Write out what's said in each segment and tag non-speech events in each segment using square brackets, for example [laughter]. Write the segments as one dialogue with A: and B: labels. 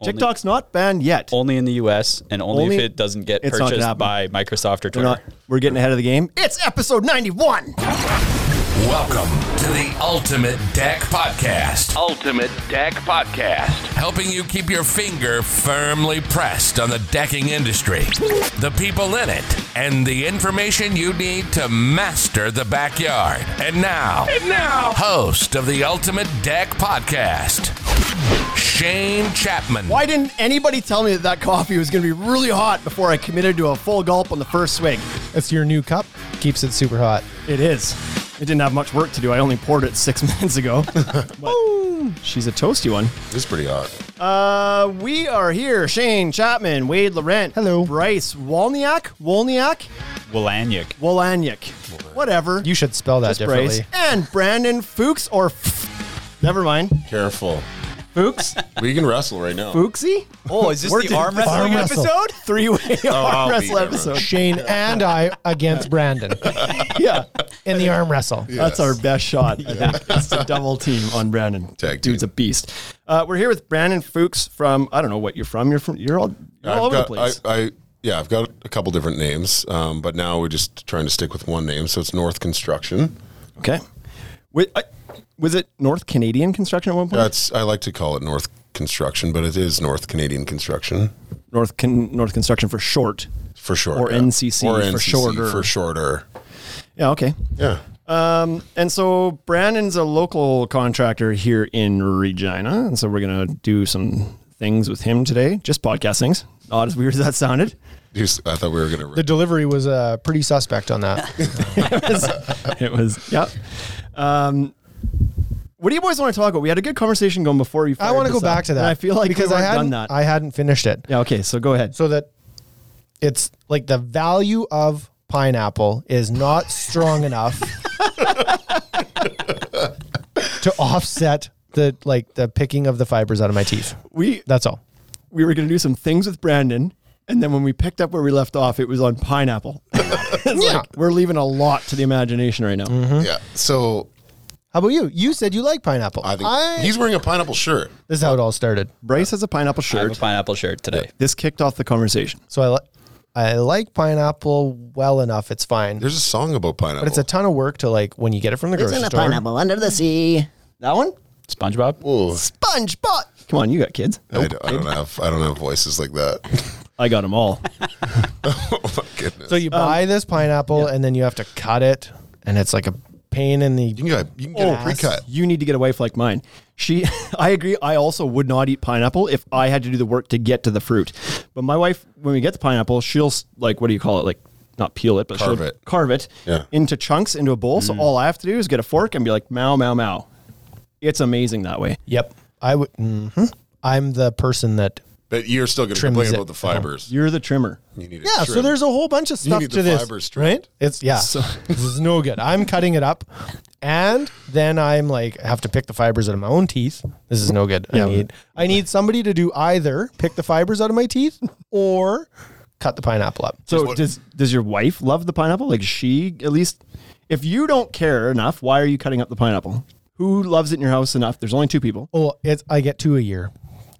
A: Only-
B: TikTok's not banned yet.
A: only in the U.S. and only,
B: Only-
A: if it doesn't get
B: it's not gonna
A: purchased
B: happen.
A: by Microsoft or
B: We're
A: Twitter.
B: not. We're getting ahead of the game. It's episode ninety-one.
C: Welcome to the Ultimate Deck Podcast.
D: Ultimate Deck Podcast.
C: Helping you keep your finger firmly pressed on the decking industry, the people in it, and the information you need to master the backyard. And now,
D: Now,
C: host of the Ultimate Deck Podcast, Shane Chapman.
B: Why didn't anybody tell me that that coffee was going to be really hot before I committed to a full gulp on the first swig?
E: That's your new cup. Keeps it super hot.
B: It is. I didn't have much work to do. I only poured it six [laughs] minutes ago. But she's a toasty one.
F: It's pretty hot.
B: Uh, we are here. Shane Chapman, Wade Laurent.
E: Hello.
B: Bryce Wolniak. Wolniak.
A: Willaniuk.
B: Wolaniak. Whatever.
E: You should spell that
B: Just
E: differently.
B: Bryce. And Brandon Fuchs or. F- Never mind.
F: Careful.
B: Fuchs?
F: We can wrestle right now.
B: Fuchsy?
A: Oh, is this
B: We're
A: the
B: doing
A: arm
B: this
A: wrestling
E: arm wrestle.
A: episode?
B: Three way
F: [laughs]
B: arm
F: Oh, I'll be
B: wrestle
F: there.
B: episode.
F: [laughs]
E: Shane and I against Brandon
B: Yeah.
E: in the arm wrestle.
B: That's our best shot, I think. It's a double team on Brandon.
F: Tag
B: Dude's
F: team.
B: a beast. Uh, we're here with Brandon Fuchs from I don't know what you're from. You're from you're all you're all over
F: got,
B: the place.
F: I, I, yeah, I've got a couple different names, um, but now we're just trying to stick with one name. So it's North Construction.
B: okay. Wait, I, was it North Canadian construction at one point?
F: That's I like to call it North Construction, but it is North Canadian Construction
B: North Can, North Construction for short.
F: for short.
B: Or
F: yeah.
B: NCC for shorter.
F: For shorter.
B: Yeah, okay.
F: Yeah.
B: And so Brandon's a local contractor here in Regina, and so we're gonna do some things with him today. Just podcast things. Not as weird as that sounded.
F: Here's- I thought we were going
E: The
F: to.
E: delivery was uh, pretty suspect on that.
B: [laughs] [laughs] it was yeah. Um, what do you boys want to talk about? We had a good conversation going before you.
E: I want to go back to that.
B: I feel like
E: because I
B: done
E: hadn't
B: that.
E: I hadn't finished it.
B: yeah. Okay. So go ahead.
E: So that it's like the value of pineapple is not strong
F: [laughs]
E: enough to offset the like the picking of the fibers out of my teeth.
B: we
E: That's all.
B: we were going to do some things with Brandon, and then when we picked up where we left off, it was on pineapple. [coughs] It's
E: Yeah.
B: like, we're leaving a lot to the imagination right now.
E: Mm-hmm.
F: Yeah. So
E: How about you? You said you like pineapple.
F: I think he's wearing a pineapple shirt.
E: This is how it all started.
B: Bryce has a pineapple
A: I have a
B: shirt.
A: pineapple shirt today.
B: this kicked off the conversation.
E: So I li- I like pineapple well enough. It's fine,
F: There's a song about pineapple.
E: but it's a ton of work to like when you get it from the grocery store.
B: under the sea. That one,
A: SpongeBob.
F: Ooh,
B: SpongeBob. Come on, you got kids.
F: I, don't, I don't have I don't have voices like that.
B: I got them
F: [laughs]
B: all.
F: oh my goodness.
E: So you buy this pineapple and then you have to cut it, and it's like a pain in the.
F: you can get, you can get a
E: Oh.
F: pre-cut.
B: you need to get a wife like mine. She, [laughs] I agree. I also would not eat pineapple if I had to do the work to get to the fruit. But my wife, when we get the pineapple, she'll s- like, what do you call it? Like, not peel it, but
F: Carve
B: she'll
F: it.
B: carve it
F: Yeah. Mm.
B: into chunks into a bowl. So all I have to do is get a fork and be like, mow, mow, mow. It's amazing that way.
E: Yep, I would. mhm. I'm the person that.
F: But you're still going to
E: Trims
F: complain
E: it.
F: about the fibers.
B: You're the trimmer.
F: You need to
E: Yeah, so
F: trim.
E: there's a whole bunch of stuff
F: need
E: to
F: the
E: this,
F: fibers trimmed.
E: right? It's yeah, [laughs] this is no good. I'm cutting it up, and then I'm like have to pick the fibers out of my own teeth. This is no good. I need I need somebody to do either pick the fibers out of my teeth or cut the pineapple up.
B: So does does your wife love the pineapple? Like she at least, if you don't care enough, why are you cutting up the pineapple? Who loves it in your house enough? There's only two people.
E: Oh, it's I get two a year.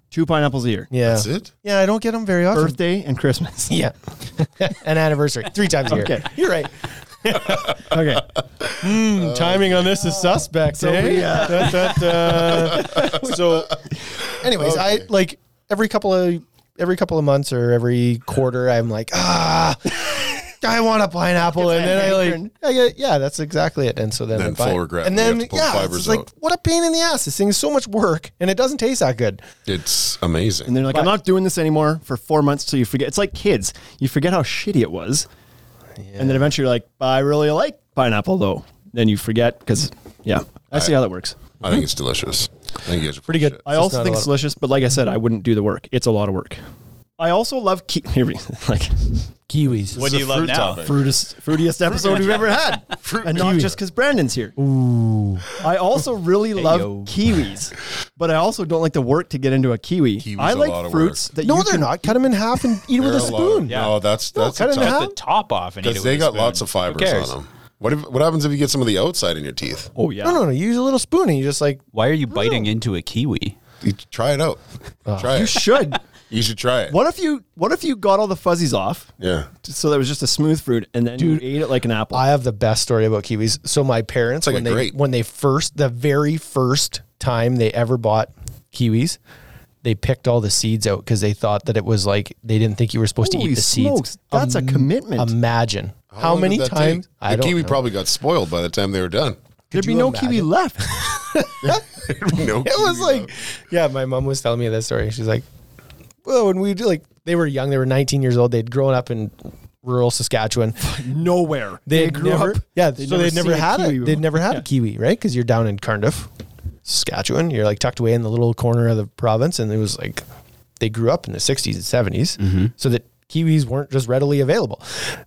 B: Two pineapples a year.
E: Yeah,
F: That's it?
E: Yeah, I don't get them very often.
B: Birthday and Christmas.
E: Yeah, [laughs] an anniversary three times a year.
B: Okay.
E: You're
F: [laughs]
E: right.
B: [laughs] Okay.
E: Timing on this is suspect. So, uh,
B: eh?
F: [laughs]
E: [laughs] so anyways, I like every couple of every couple of months or every quarter, I'm like, ah, I want a pineapple, and then I like, I get, yeah, that's exactly it. And so then,
F: Then
E: I buy
F: full
E: it.
F: regret
E: and
F: when you
E: then
F: have to pull the
E: yeah,
F: fibers
E: it's like
F: out.
E: what a pain in the ass. This thing is so much work, and it doesn't taste that good.
F: It's amazing.
B: And they're like, I'm not doing this anymore for four months till you forget. It's like kids. You forget how shitty it was. And then eventually you're like, "But I really like pineapple though. Then you forget because, yeah, I see how that works.
F: I think it's delicious. I think you guys are
E: Pretty good.
F: shit.
B: I
E: It's
B: also
E: not
B: think
E: a
B: it's
E: lot
B: delicious, but like I said, I wouldn't do the work. It's a lot of work. I also love ki- [laughs] here we like
E: Kiwis.
A: What do you love now?
B: fruitest, fruitiest episode we've ever [laughs] had, and not just because Brandon's here. Ooh, I also really love
A: yo.
B: kiwis, but I also don't like the work to get into a kiwi.
F: Kiwi's
B: I
F: a
B: like
F: lot of
B: fruits
F: work.
B: that
E: No,
B: you
E: they're
B: can
E: not. Cut them in half and eat it with a
F: They're lot of-
E: spoon.
F: No, that's that's
E: cut it in half.
A: The top off and eat it
F: because they
A: with a
F: got
A: spoon.
F: lots of
A: Who
F: fibers
A: cares?
F: on them. What if, what happens if you get some of the outside in your teeth?
B: Oh yeah.
E: No, no, no. You use a little spoon and you just like
A: Why are you biting into a kiwi?
F: you try it out. try
B: uh, You
F: it.
B: should.
F: you should try it.
B: What if you what if you got all the fuzzies off?
F: Yeah.
B: So that was just a smooth fruit and then
E: Dude,
B: you ate it like an apple.
E: I have the best story about kiwis. So my parents,
F: It's like
E: when
F: a
E: they
F: grape.
E: when they first, the very first time they ever bought kiwis, they picked all the seeds out because they thought that it was like they didn't think you were supposed to
B: Holy
E: eat the
B: smokes,
E: seeds.
B: that's a commitment.
E: Imagine how,
F: long did
E: many
F: that take?
E: times I
F: the
E: don't
F: kiwi
E: know.
F: probably got spoiled by the time they were done.
B: There'd be
E: you
B: no kiwi
E: imagine?
B: left.
F: no
E: It was like, yeah, my mom was telling me that story. She's like, well, when we like they were young, they were 19 years old. They'd grown up in rural Saskatchewan.
B: [laughs] Nowhere.
E: They had never, yeah. so they'd never
B: seen
E: had
B: kiwi
E: it. They'd
B: before.
E: never had a kiwi, right? Because you're down in Cardiff, Saskatchewan. You're like tucked away in the little corner of the province, and it was like they grew up in the 60s and 70s, so that kiwis weren't just readily available.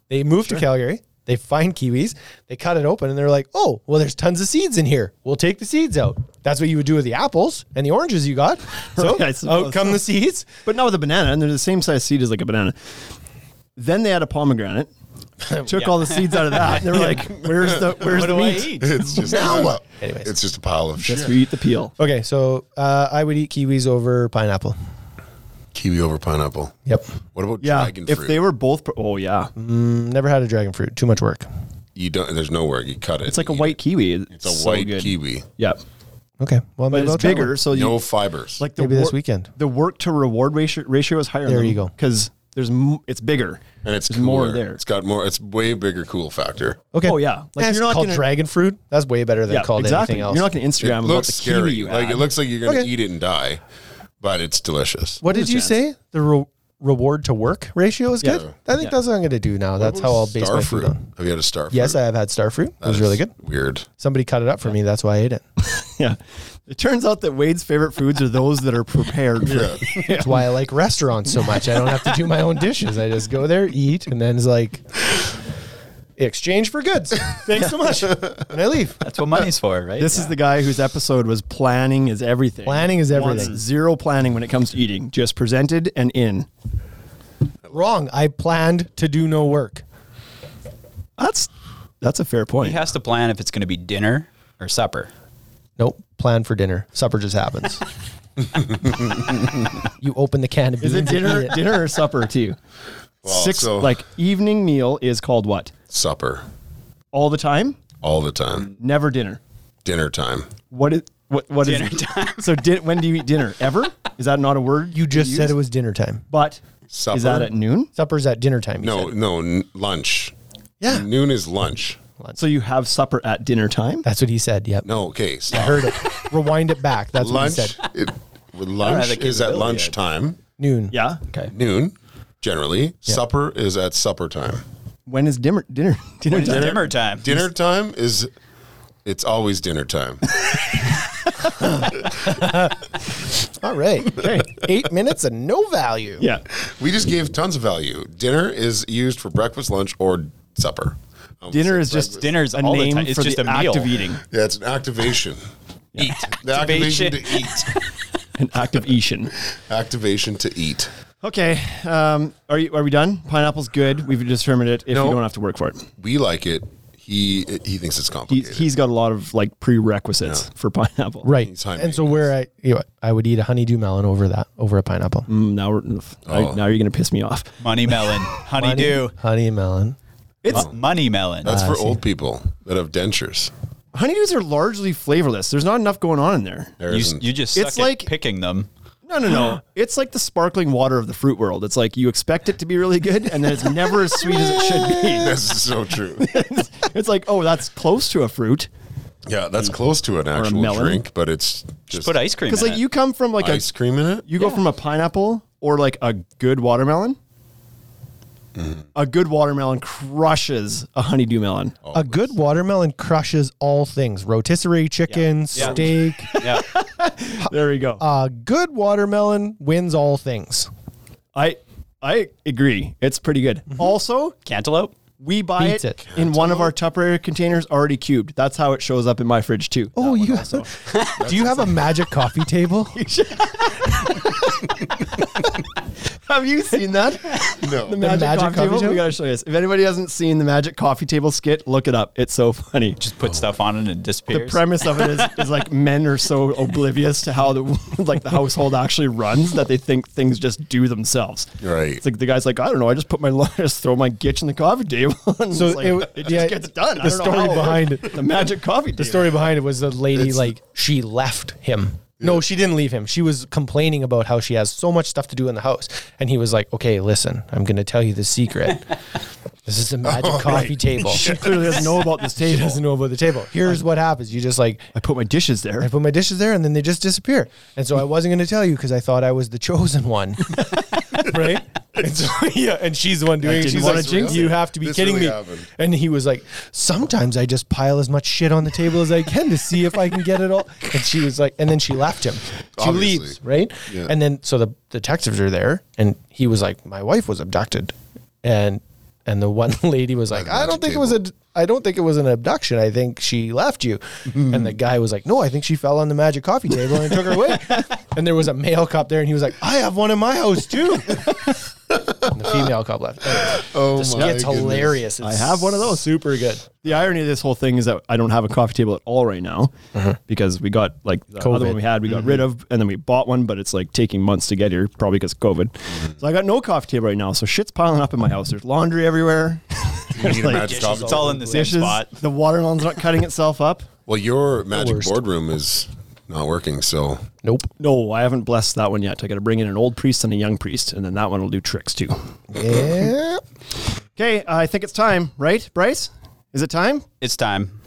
E: They moved to Calgary. They find kiwis, they cut it open, and they're like, "Oh, well, there's tons of seeds in here. We'll take the seeds out." That's what you would do with the apples and the oranges you [laughs] got. So
B: Right, I
E: out
B: suppose
E: come
B: so.
E: the seeds.
B: But not with a banana, and they're the same size seed as like a banana. Then they had a
E: [laughs]
B: pomegranate. Took all the seeds out of that. And they were like, "Where's
E: [laughs]
B: the where's the meat?"
F: [laughs] it's just now what?
E: Anyways.
F: It's just a pile of shit.
B: Yes, we eat the peel.
E: Okay, so uh, I would eat kiwis over pineapple.
F: Kiwi over pineapple.
E: Yep,
F: What about
B: Yeah,
F: dragon
B: if
F: fruit?
B: they were both, pro- oh yeah,
E: never had a dragon fruit. Too much work.
F: you don't. There's nowhere you cut it.
B: it's like a white kiwi.
F: It's a
B: so
F: white
B: good.
F: kiwi.
B: Yep,
E: Okay. Well,
B: but
E: maybe I'll
B: it's
E: try
B: bigger,
E: one.
B: so you
F: No fibers.
B: like the
E: Maybe this
B: wor-
E: weekend.
B: The work to reward ratio, ratio is higher.
E: There you go.
B: because there's m- it's bigger
F: and it's
B: there's more
F: cooler.
B: there.
F: It's got more. It's way bigger cool factor.
E: Okay.
B: Oh, yeah. Like,
E: Like
B: you're not
E: called
B: gonna-
E: dragon fruit. That's way better than
B: yeah,
E: called
B: exactly.
E: anything else.
B: You're not going to
F: It
B: Instagram about
F: looks
B: the
F: scary.
B: kiwi you
F: like
B: had.
F: it looks like you're gonna
E: Okay.
F: eat it and die, but it's delicious.
E: what did you say? The re- reward to work ratio is
B: Yeah.
E: good. I think that's what I'm going to do now. that's how I'll base my food
F: Starfruit.
E: on.
F: Have you had a starfruit?
E: Yes, I have had star fruit. It was really good.
F: Weird.
E: Somebody cut it up for me. That's why I ate it.
B: Yeah, it turns out that Wade's favorite foods are those that are prepared. for
F: Yeah.
E: That's why I like restaurants so much. I don't have to do my own dishes. I just go there, eat, and then it's like exchange for goods. Thanks so much. And I leave.
A: That's what money's for, right?
B: [laughs] This is the guy whose episode was planning is everything.
E: Planning is
B: Wants
E: everything.
B: Zero planning when it comes to eating. Just presented and in.
E: Wrong. I planned to do no work.
B: That's that's a fair point.
A: he has to plan if it's going to be dinner or supper.
E: Nope. Plan for dinner. Supper just happens. you open the can of
B: is
E: beans.
B: it
E: and eat [laughs]
B: dinner
E: it.
B: dinner or supper to you?
F: Well,
B: Six
F: so-
B: like evening meal is called what?
F: Supper
B: All the time?
F: all the time.
B: Never dinner.
F: Dinner time.
B: What is what what is
A: Dinner time.
B: So di- when do you eat dinner? Ever? Is that not a word?
E: You just said
B: use?
E: it was dinner time.
B: But
F: Supper.
B: is that at noon?
E: Supper's at dinner time. you
F: No,
E: said. Mm.
F: no, n- lunch.
E: Yeah.
F: Noon is lunch.
B: So you have supper at dinner time?
E: That's what he said. Yep.
F: No, okay.
E: I
F: Stop.
E: heard it. Rewind it back. That's [laughs]
F: lunch.
E: what he said.
F: It, with
A: have
F: lunch
A: the
F: is
A: capability,
F: at
A: I-
F: lunchtime.
E: Noon.
B: Yeah.
A: Okay.
F: Noon, generally. Supper is at supper time.
B: When is dinner dinner [laughs] dinner
A: It's
B: time?
A: dinner time.
F: Dinner time is. It's always dinner time.
E: All right. Eight minutes and no value.
B: Yeah.
F: we just gave tons of value. Dinner is used for breakfast, lunch, or supper. Um,
B: Dinner is just
A: Dinner's
B: a
A: all the
B: name
A: time. It's
B: for
A: just
B: the
A: a meal.
B: act of eating.
F: yeah, it's
B: [laughs]
F: an activation.
A: Eat.
F: The activation to eat.
B: An act of eating.
F: Activation to eat.
B: Okay. Um, are you are we done? Pineapple's good. We've determined it. If
F: No.
B: you don't have to work for it,
F: We like it. He he thinks it's
B: he,
F: complicated.
B: he's got a lot of like prerequisites for pineapple.
E: Right.
F: It's high
E: and so where I you know, I would eat a honeydew melon over that over a pineapple.
B: Mm, Now we're I- now you're gonna piss me off.
A: Money melon. Honeydew.
E: Honey melon.
A: It's money melon.
F: That's for old people that have dentures.
B: Honeydews are largely flavorless. There's not enough going on in there.
F: There
A: you,
F: isn't-
A: you just suck
B: It's
A: at
B: like-
A: picking them.
B: No, no, no. it's like the sparkling water of the fruit world. It's like you expect it to be really good, and then it's never as sweet as it
F: [laughs]
B: should
F: [laughs] This is
B: [laughs]
F: so true.
B: be. It's like, oh, that's close to a fruit.
F: Yeah, that's close to an actual
B: melon.
F: drink, but it's just
A: Put ice cream.
B: Because
A: in
B: like
A: it.
B: you come from like
F: ice
B: a
F: cream in it.
B: you go from a pineapple or like a good watermelon. A good watermelon crushes a honeydew melon.
E: A good watermelon crushes all things: rotisserie chicken,
A: Yeah.
E: steak.
A: yeah.
B: There you go.
E: A good watermelon wins all things.
B: I I agree. It's pretty good. Also,
A: cantaloupe.
B: we buy
E: Beats
B: it,
E: it.
B: in one of our Tupperware containers already cubed. That's how it shows up in my fridge too.
E: Oh, you
B: [laughs]
E: do you have a magic coffee table?
B: Have you seen
E: [laughs]
B: that?
F: No.
B: The magic, coffee,
E: Magic coffee
B: table?
E: table?
B: We gotta show you this. If anybody hasn't seen the magic coffee table skit, look it up. It's so funny.
A: Just put stuff on it and it
B: the
A: disappears.
B: premise of it is, is like men are so oblivious to how the [laughs] like the household actually runs that they think things just do themselves.
F: Right.
B: It's like the guy's like, I don't know, I just put my [laughs] I just throw my gitch in the coffee table. [laughs] And
E: So
B: so like,
E: it-
B: it, just
E: yeah,
B: gets done. I
E: the
B: don't know
E: story
B: how.
E: behind it-
B: the magic coffee
E: [laughs] The
B: table.
E: story behind it was the lady
F: It's-
E: like she left him. No, she didn't leave him. She was complaining about how she has so much stuff to do in the house, and he was like, "Okay, listen, I'm going to tell you
B: [laughs]
E: the secret. this is the magic coffee table.
B: She clearly doesn't know about this
E: [laughs] She
B: table.
E: doesn't know about the table. Here's what happens: you just like
B: I put my dishes
E: I
B: there.
E: put my dishes there, and then they just disappear. And so I wasn't going to tell you because I thought I was the chosen
F: [laughs]
E: one, right? And so [laughs] yeah, and she's the one doing. it.
B: didn't
E: She's
B: wanna
E: like,
B: jinx
E: "You
F: it.
E: have to be
F: This
E: kidding
F: really
E: me!"
F: happened.
E: And he was like, "Sometimes I just pile as much shit on the table as I can to see if I can get it
F: [laughs]
E: all." And she was like, and then she left him. She
F: Obviously.
E: leaves, right?
F: Yeah.
E: And then so the the detectives are there, and he was like, "My wife was abducted," and and the one [laughs] lady was like,
F: the
E: "I don't
F: magic
E: think it was a."
F: table.
E: I don't think it was an abduction. I think she left you. And the guy was like, No, I think she fell on the magic coffee table and took her away. and there was a male cop there, and he was like, I have one in my house too. and the female cop left.
F: Oh
E: It's
F: my goodness.
E: hilarious.
B: I have one of those.
E: Super good.
B: The irony of this whole thing is that I don't have a coffee table at all right now because we got like the
E: COVID.
B: other one we had, we got rid of, and then we bought one, but it's like taking months to get here, probably because COVID. So I got no coffee table right now. So shit's piling up in my house. There's laundry [laughs] everywhere,
F: You need a
B: Like
F: magic coffee
A: it's all in the same
B: dishes.
A: spot.
B: The watermelon's not cutting itself up.
F: Well, your magic
E: worst.
F: boardroom is not working, so
E: Nope.
B: No, I haven't blessed that one yet. I got to bring in an old priest and a young priest, and then that one will do tricks too.
E: Yeah.
B: Okay, I think it's time, right, Bryce? Is it time?
A: It's time.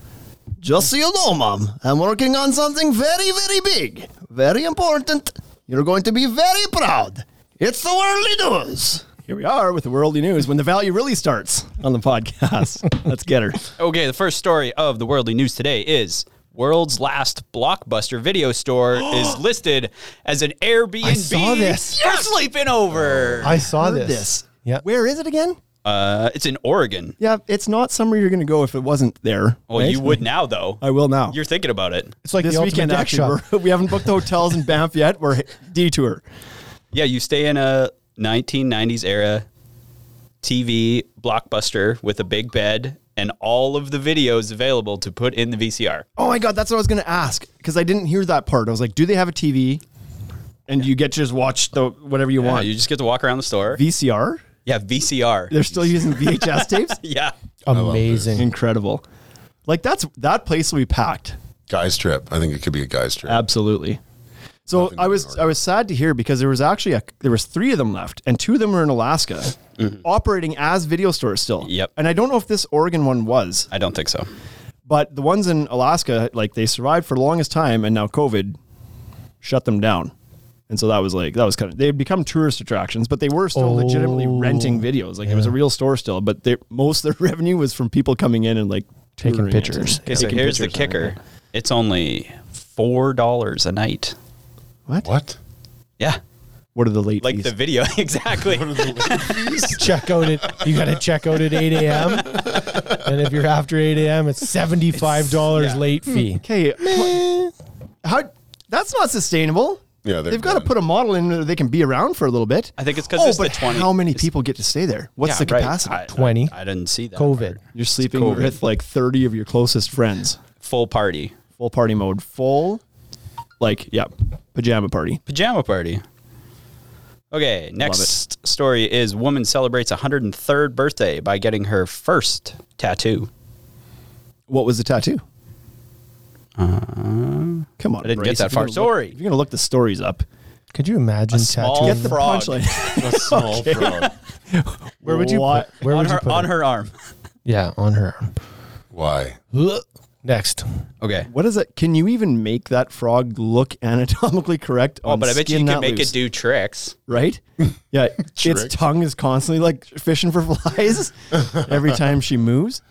B: Just so you know, Mom, I'm working on something very, very big, very important. You're going to be very proud. It's the worldly news. Here we are with the worldly news when the value really starts on the podcast. [laughs] Let's get her.
A: Okay, the first story of the worldly news today is world's last blockbuster video [gasps] store is listed as an Airbnb
E: saw this.
A: for sleeping over.
E: I saw this. Yeah.
B: Where is it again?
A: Uh, it's in Oregon.
B: Yeah, it's not somewhere you're going to go if it wasn't there.
A: Well,
B: right?
A: Oh, you would now though.
B: I will now.
A: You're thinking about it.
E: It's like
B: this
E: the
B: weekend,
E: ultimate deck
B: actually,
E: shot.
B: we're- [laughs] we haven't booked the hotels in Banff yet. We're [laughs] detour.
A: Yeah, you stay in a 1990s era TV blockbuster with a big bed and all of the videos available to put in the VCR.
B: Oh my god, that's what I was gonna ask because I didn't hear that part. I was like, do they have a TV? And you get to just watch the whatever you
A: Yeah,
B: want.
A: you just get to walk around the store.
B: VCR?
A: yeah, VCR.
B: They're
A: [laughs]
B: still using VHS tapes?
A: yeah.
E: Amazing.
B: Incredible. Like that's that place will be packed.
F: guys trip. I think it could be a guys trip.
B: Absolutely. So I was I was sad to hear because there was actually a, there was three of them left and two of them were in Alaska, operating as video stores still.
A: Mm-hmm. Yep.
B: And I don't know if this Oregon one was,
A: I don't think so.
B: but the ones in Alaska like they survived for the longest time and now COVID shut them down. And so that was like that was kind of they'd become tourist attractions, but they were still legitimately
E: Oh,
B: renting videos. Like it was a real store still, but they, most of their [laughs] revenue was from people coming in and like
E: Taking
B: touring it
E: pictures.
B: and
A: Okay, so
B: taking
A: here's the
B: pictures and
A: kicker.
B: everything.
A: It's only four dollars a night.
F: What?
A: Yeah,
B: What are the late
A: like
B: fees?
A: the video [laughs]
B: [laughs]
A: exactly.
E: [laughs] check out at you got to check out at 8 a.m. and if you're after 8 a.m., it's seventy-five dollars late fee.
B: Okay, wha- how that's not sustainable.
F: Yeah, they're
B: they've got to
F: done.
B: put a model in where they can be around for a little bit.
A: I think it's 'cause
B: oh,
A: it's the
B: but
A: 20
B: How many people get to stay there? What's the
A: right.
B: capacity?
A: I-
E: 20.
A: I, I didn't see that.
E: COVID.
B: You're sleeping with like 30 of your closest friends.
A: Full party,
B: Full party mode. Full, like yeah, pajama party.
A: pajama party. Okay, next story is woman celebrates 103rd birthday by getting her first tattoo.
B: What was the tattoo? Come on,
A: I didn't
B: Bryce,
A: get that
B: if you're
A: far.
B: gonna look-
A: Sorry.
B: if you're gonna look the stories up,
E: Could you imagine
A: small-
E: tattoo?
B: get the
A: Frog. [laughs]
B: punchline.
F: A small frog.
E: Where would you
B: Why-
E: put? Where
A: on
E: would
A: her
E: you put
A: on
E: it?
A: her arm.
E: Yeah, on her. arm.
F: Why?
E: Next.
A: Okay.
B: what is it? Can you even make that frog look anatomically correct?
A: Oh,
B: on
A: but I bet you
B: skin
A: can
B: not
A: make
B: loose?
A: it do tricks. [laughs]
B: right? Yeah, its
F: Tricked.
B: tongue is constantly like fishing for
A: [laughs]
B: flies every time she moves.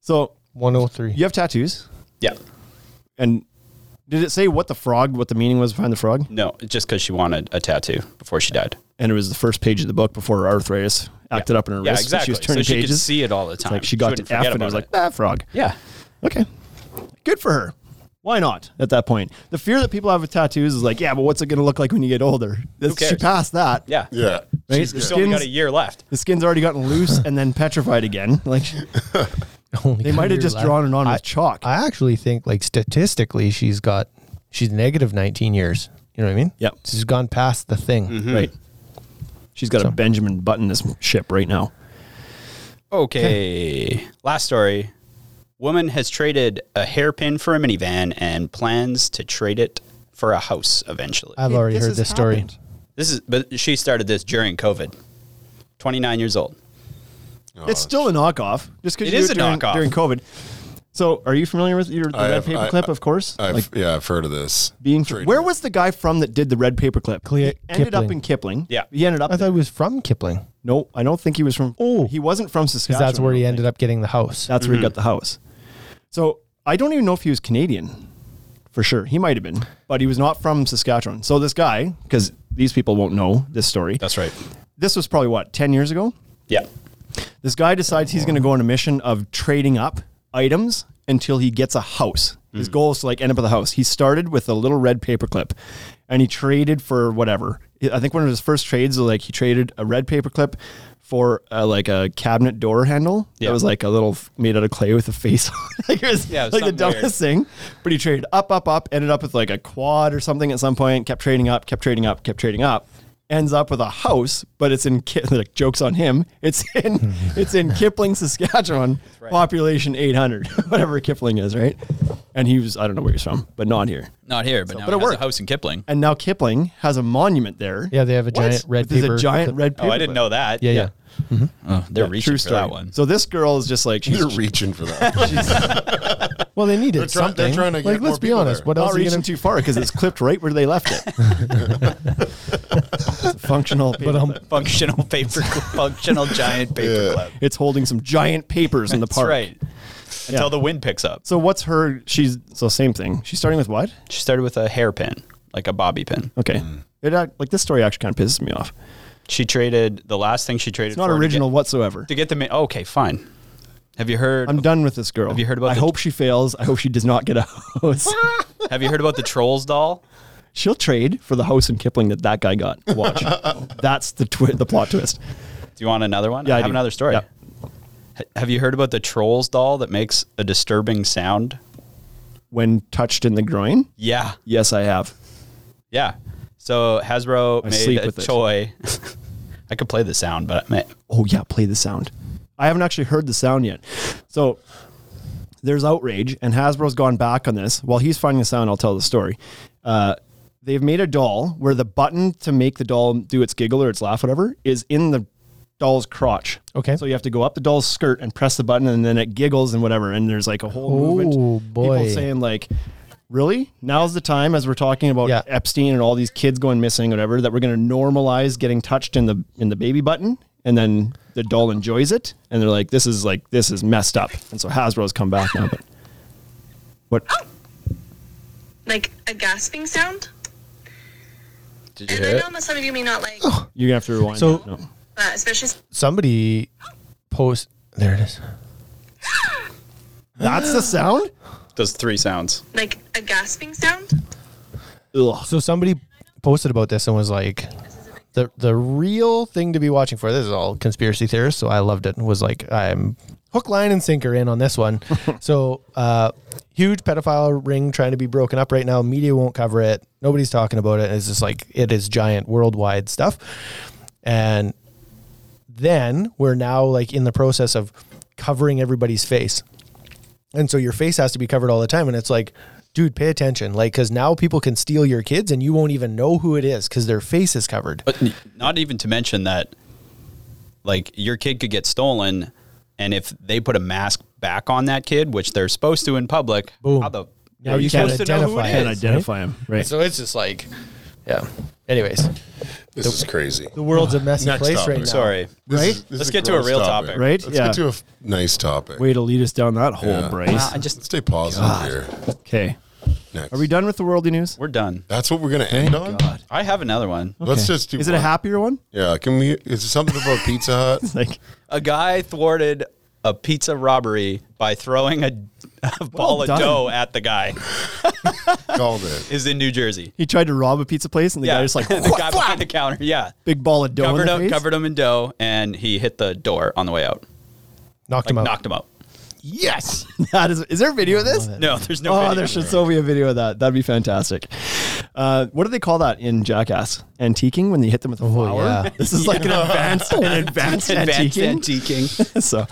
B: So
E: 103. [laughs]
B: you have tattoos,
A: Yeah.
B: and did it say what the frog, what the meaning was behind the frog?
A: No, just because she wanted a tattoo before she died.
B: And it was the first page of the book before her arthritis acted up in her
A: Yeah,
B: wrist. so
A: exactly.
B: She was turning
A: so she could
B: pages.
A: see it all the time.
B: like she got
A: wouldn't
B: to
A: forget
B: F, and it
A: about
B: was like that frog.
A: yeah.
B: Okay, good for her. Why not at that point? The fear that people have with tattoos is like, yeah, but what's it going to look like when you get older? That's, She
A: cares?
B: passed that.
A: Yeah.
F: Yeah.
B: Right? The,
A: She's only got a
B: skin's,
A: year left.
B: the skin's already gotten loose and then petrified again. [laughs] Like they might have just drawn it on with chalk.
E: I actually think, like statistically, she's got she's negative 19 years. You know what I mean?
B: Yep. Mm-hmm.
E: She's gone past the thing.
B: Right. She's got a Benjamin Button this ship right now.
A: Okay. [laughs] Last story. Woman has traded a hairpin for a minivan and plans to trade it for a house eventually.
B: Uh,
E: I've already heard this story.
A: This is but she started this during COVID. 29 years old.
B: it's still a knockoff. Just because
A: It
B: you
A: is
B: do
A: a
B: during,
A: knockoff.
B: during COVID. So, are you familiar with your the
F: I
B: red
F: have-
B: paper
F: I-
B: clip? Of course,
F: I've,
B: like
F: yeah, I've heard of this.
B: being.
F: Trade
B: where was the guy from that did the red paper clip?
E: Clear-
B: he ended up
E: Kipling.
B: in Kipling.
A: Yeah.
B: he ended up.
E: I thought it was from Kipling
B: no, I don't think he was from.
E: Oh.
B: he wasn't from
E: because
B: Saskatchewan.
E: that's where he
B: I don't
E: ended
B: think.
E: up getting the house.
B: That's
A: Mm-hmm.
B: where he got the house. So I don't even know if he was Canadian, for sure. He might have been, but he was not from Saskatchewan. So this guy, because these people won't know this story.
A: That's right.
B: This was probably what ten years ago.
A: Yeah.
B: This guy decides he's going to go on a mission of trading up items until he gets a house. His
A: Hmm.
B: goal is to like end up with a house. He started with a little red paperclip, and he traded for whatever. I think one of his first trades was like he traded a red paperclip for uh, like a cabinet door handle
A: Yeah.
B: that was like a little f- made out of clay with a face. on it. [laughs] like it was,
A: Yeah, it
B: like
A: was
B: the
A: something weird.
B: dumbest thing. But he traded up, up, up. Ended up with like a quad or something at some point. Kept trading up, kept trading up, kept trading up. Ends up with a house, but it's in Ki- [laughs] like jokes on him. It's in [laughs] it's in Kipling,
A: [laughs]
B: Saskatchewan, population 800, [laughs] whatever Kipling is, right? And he was I don't know where he's from, but not here.
A: Not here, but now
B: but
A: he
B: it
A: has
B: worked.
A: a house in Kipling.
B: And now Kipling has a monument there.
E: Yeah, they have a giant red
B: There's
E: paper
B: a giant
E: clip.
B: red.
A: Oh, I didn't
B: paperclip.
A: know that.
E: yeah, yeah.
A: Oh, they're reaching
B: True
A: for
B: story.
A: that one.
B: So [laughs] this girl is just like she's
F: They're reaching for
B: [laughs]
F: that.
E: Well, they needed
F: try- they're
E: something.
F: trying to get
E: like,
F: more
E: let's be
F: people
E: honest.
F: there.
E: What else
B: not
E: are you
B: reaching
E: gonna
B: too far because it's clipped right where they left
A: [laughs]
B: it. it's a functional, but
E: um,
A: functional paper functional giant paper clip.
B: it's holding some giant papers in the
A: That's
B: park.
A: right. Until the wind picks up.
B: So what's her? She's so same thing. She's starting with what?
A: She started with a hairpin, like a bobby pin.
B: Okay, it act, like this story actually kind of pisses me off.
A: She traded the last thing she traded.
B: It's not
A: for to get-
B: original whatsoever.
A: to get the ma- okay, fine. Have you heard?
B: I'm done with this girl.
A: Have you heard about
B: I
A: the-
B: hope she fails. I hope she does not get a
A: [laughs]
B: house. [laughs]
A: have you heard about the trolls doll?
B: She'll trade for the house in Kipling that that guy got.
A: [laughs]
B: Watch, that's the twi- the plot twist.
A: Do you want another one?
B: Yeah, I
A: have
B: do.
A: another story.
B: Yeah.
A: H- have you heard about the trolls doll that makes a disturbing sound?
B: When touched in the groin,
A: Yeah,
B: yes, I have.
A: yeah. So Hasbro
B: I
A: made
B: sleep
A: a
B: with it.
A: toy. [laughs] I could play the sound, but I
B: Oh yeah, play the sound. I haven't actually heard the sound yet. So there's outrage, and Hasbro's gone back on this. While he's finding the sound, I'll tell the story. Uh, they've made a doll where the button to make the doll do its giggle or its laugh, whatever, is in the doll's crotch.
E: Okay.
B: So you have to go up the doll's skirt and press the button, and then it giggles and whatever. And there's like a whole movement.
E: boy.
B: People saying like. Really? Now's the time, as we're talking about
E: Yeah.
B: Epstein and all these kids going missing, whatever, that we're going to normalize getting touched in the in the baby button, and then the doll enjoys it, and they're like, "This is like this is messed up," and so Hasbro's come back now. But what?
G: like a gasping sound.
A: Did
G: And I know that some of you may not like
B: You're gonna have to rewind.
E: So-
B: No.
G: that, especially
E: somebody post. There it is.
B: that's the sound.
A: Those three sounds.
G: like a gasping sound.
B: Ugh.
E: So somebody posted about this and was like, the the real thing to be watching for. This is all conspiracy theorists, so I loved it. And was like, I'm hook, line, and sinker in on this one. so uh, huge pedophile ring trying to be broken up right now. Media won't cover it. Nobody's talking about it. It's just like it is giant worldwide stuff. And then we're now like in the process of covering everybody's face. And so your face has to be covered all the time. And it's like, dude, pay attention. Like, cause now people can steal your kids and you won't even know who it is because their face is covered.
A: But n- not even to mention that, like, your kid could get stolen, and if they put a mask back on that kid, which they're supposed to in public,
E: Boom.
A: how the
E: Now
A: are
E: you
A: you
E: can't
A: supposed to know who
E: identify
A: it
E: it.
A: is?
B: identify him. Right.
E: So it's just like, yeah. Anyways,
F: This is crazy.
E: the world's a messy
F: Next
E: place
F: topic.
E: right now.
A: Sorry.
F: This is-
B: Right?
F: this is
A: Let's get to a
F: gross
A: real topic.
B: Right?
F: Let's
B: Yeah.
F: get to a f- nice topic.
B: Way to lead us down that hole,
F: Yeah.
A: Nah,
B: Bryce.
A: I just
F: Stay positive here.
B: Okay.
F: Next.
B: Uh, Are we done with the worldly news?
A: we're done.
F: That's what we're going to end on?
A: I have another one.
F: Let's
B: Okay.
F: just do
B: Is it a
F: one.
B: happier one?
F: Yeah, can we? Is it something about Pizza Hut?
B: [laughs] Like
A: A guy thwarted a pizza robbery by throwing a, a ball of
B: done.
A: dough at the guy
F: Called it.
A: is in New Jersey.
B: He tried to rob a pizza place, and the guy just
A: [laughs]
B: like
A: the guy behind the counter. Yeah.
B: big ball of dough. in
A: covered
B: the
A: up,
B: face.
A: covered him in dough, and he hit the door on the way out.
E: Knocked
A: Like
E: him out.
A: knocked him out.
B: Yes, [laughs] that is. Is there a video of this?
A: No, there's no.
B: Oh,
A: video.
B: there should still be a video of that. That'd be fantastic. Uh, what do they call that in Jackass? Antiquing when they hit them with a flower. [laughs]
E: yeah.
B: This is like an
A: [laughs]
B: advanced, an advanced,
A: Advanced
B: antiquing. [laughs]
A: antiquing.
B: so,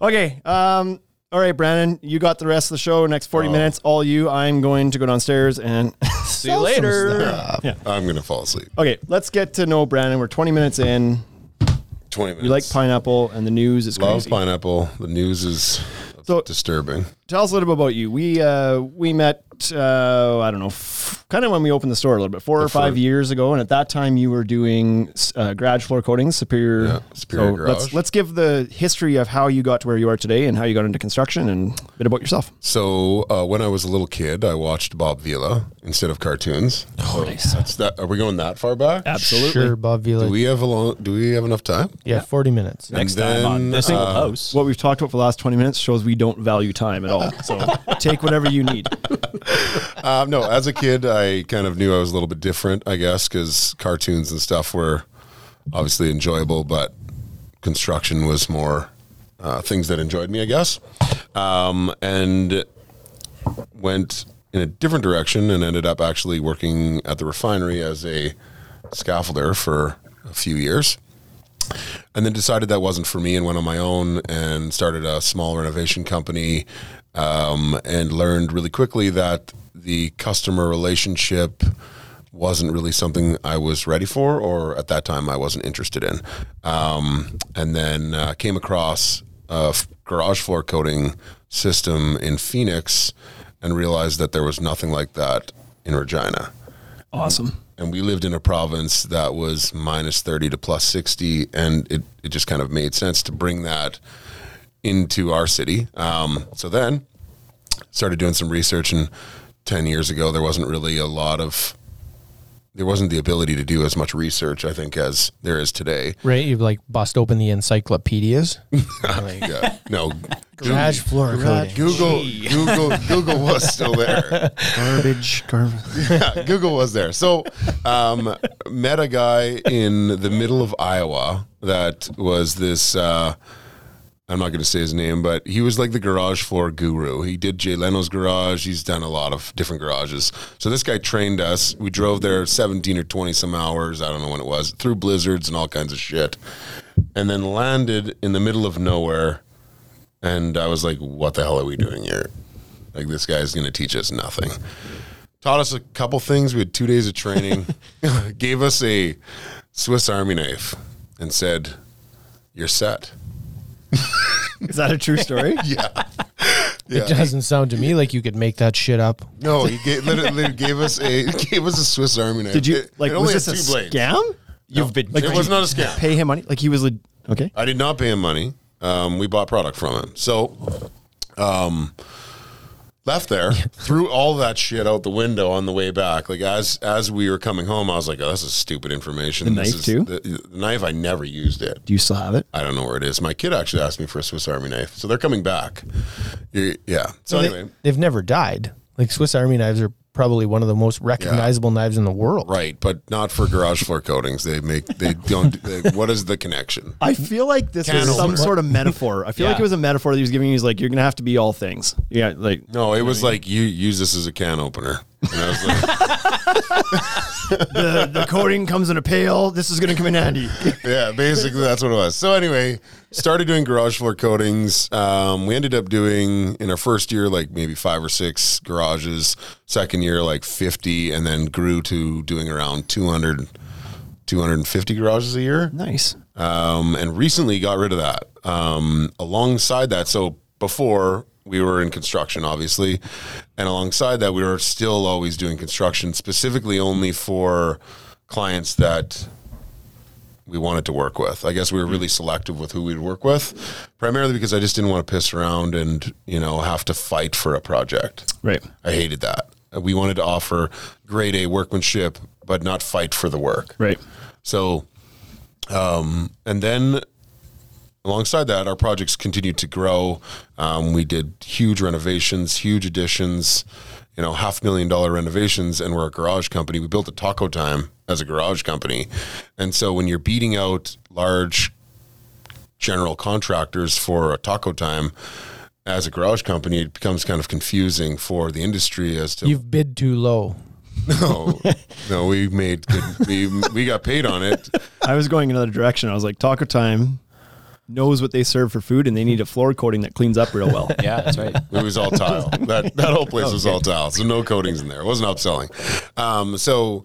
B: okay. Um, all right, Brandon, you got the rest of the show. Next forty minutes, all you. I'm going to go downstairs and.
A: Oh.
B: [laughs]
A: See you later.
F: I'm gonna fall asleep.
B: okay, let's get to know Brandon. We're twenty minutes in.
F: Twenty minutes.
B: We like pineapple, and the news is
F: Love
B: crazy.
F: pineapple. The news is
B: So-
F: disturbing.
B: tell us a little bit about you. We uh, we met uh, I don't know, f- kind of when we opened the store a little bit, four or five years ago, and at that time you were doing uh, garage floor coatings, Superior.
F: Yeah, Superior Garage.
B: Let's let's give the history of how you got to where you are today and how you got into construction and a bit about yourself.
F: So uh, when I was a little kid, I watched Bob Vila instead of cartoons. Oh, that's that. Are we going that far back?
B: Absolutely.
E: Sure, Bob Vila.
F: Do we have a long? Do we have enough time?
E: yeah, 40 minutes.
A: Next time on this
F: uh,
A: single post.
B: What we've talked about for the last twenty minutes shows we don't value time at all. So take whatever you need.
F: um, no, as a kid, I kind of knew I was a little bit different, I guess, because cartoons and stuff were obviously enjoyable, but construction was more uh, things that enjoyed me, I guess. Um, and went in a different direction and ended up actually working at the refinery as a scaffolder for a few years. And then decided that wasn't for me and went on my own and started a small renovation company um, and learned really quickly that the customer relationship wasn't really something I was ready for, or at that time I wasn't interested in. Um, and then uh, came across a f- garage floor coating system in Phoenix and realized that there was nothing like that in Regina
B: Awesome.
F: and we lived in a province that was minus 30 to plus 60 and it, it just kind of made sense to bring that into our city um, so then started doing some research and 10 years ago there wasn't really a lot of there wasn't the ability to do as much research i think as there is today
E: Right? You like bust open the encyclopedias. like,
F: yeah no
E: garage floor coating.
F: Google, Google, Google was still there.
B: Garbage, garbage.
F: Yeah, Google was there. So, um, met a guy in the middle of Iowa that was this. Uh, I'm not going to say his name, but he was like the garage floor guru. He did Jay Leno's garage. He's done a lot of different garages. So this guy trained us. We drove there 17 or 20 some hours. I don't know when it was through blizzards and all kinds of shit, and then landed in the middle of nowhere. And I was like, "What the hell are we doing here? Like this guy's going to teach us nothing." taught us a couple things. We had two days of
B: [laughs]
F: training. gave us a Swiss Army knife and said, "You're set."
B: Is that a true story?
F: [laughs]
E: It doesn't sound to me like you could make that shit up.
F: No, he gave, literally gave us a gave us a Swiss Army knife.
B: Did you
F: It-
B: like?
F: it
B: Was
F: only
B: this
F: had
B: a
F: two blades.
B: scam?
A: You've been
F: it was not a scam.
B: Pay him money. Like he was. le- Okay.
F: I did not pay him money. Um, we bought product from him. So, um, left
B: [laughs]
F: there, threw all that shit out the window on the way back. Like as as we were coming home, I was like, "Oh, this is stupid information."
B: The
F: This
B: knife
F: is-
B: too?
F: The, the knife, I never used it.
B: Do you still have it?
F: I don't know where it is. My kid actually asked me for a Swiss Army knife, so they're coming back. You- Yeah. So
E: They-
F: anyway,
E: They've never died. Like Swiss Army knives are probably one of the most recognizable knives in the world.
F: right, but not for garage floor coatings. They make they don't. They, what is the connection?
B: I feel like this
F: Can
B: was some
F: opener.
B: sort of metaphor. I feel like
A: Yeah.
B: it was a metaphor that he was giving. you. He's like, you're gonna have to be all things. Yeah, like
F: No, it was like you use this as a can opener. And I was like, [laughs]
B: the, the coating comes in a pail. This is gonna come in handy.
F: yeah, basically that's what it was. So anyway, started doing garage floor coatings. Um, we ended up doing in our first year like maybe five or six garages. Second year like fifty, and then grew to doing around 200, 250 garages a year.
B: [laughs] nice.
F: um, and recently got rid of that. Um, alongside that, so before we were in construction, obviously, and alongside that, we were still always doing construction, specifically only for clients that we wanted to work with. I guess we were really selective with who we'd work with, primarily because I just didn't want to piss around and you know have to fight for a project.
B: Right.
F: I hated that. We wanted to offer grade A workmanship, but not fight for the work.
B: Right.
F: So, um, and then Alongside that, our projects continued to grow. Um, we did huge renovations, huge additions, you know, half million dollar renovations, and we're a garage company. We built a taco time as a garage company. And so when you're beating out large general contractors for a taco time as a garage company, it becomes kind of confusing for the industry as to
E: You've bid too low.
F: no, no, we made good, we we got paid on it.
B: I was going another direction. I was like, Taco Time knows what they serve for food, and they need a floor coating that cleans up real [laughs] well.
A: Yeah, that's right. Oh,
F: It was
A: [laughs]
F: all tile. That that whole place was all tile. So no coatings in there. It wasn't upselling. Um, so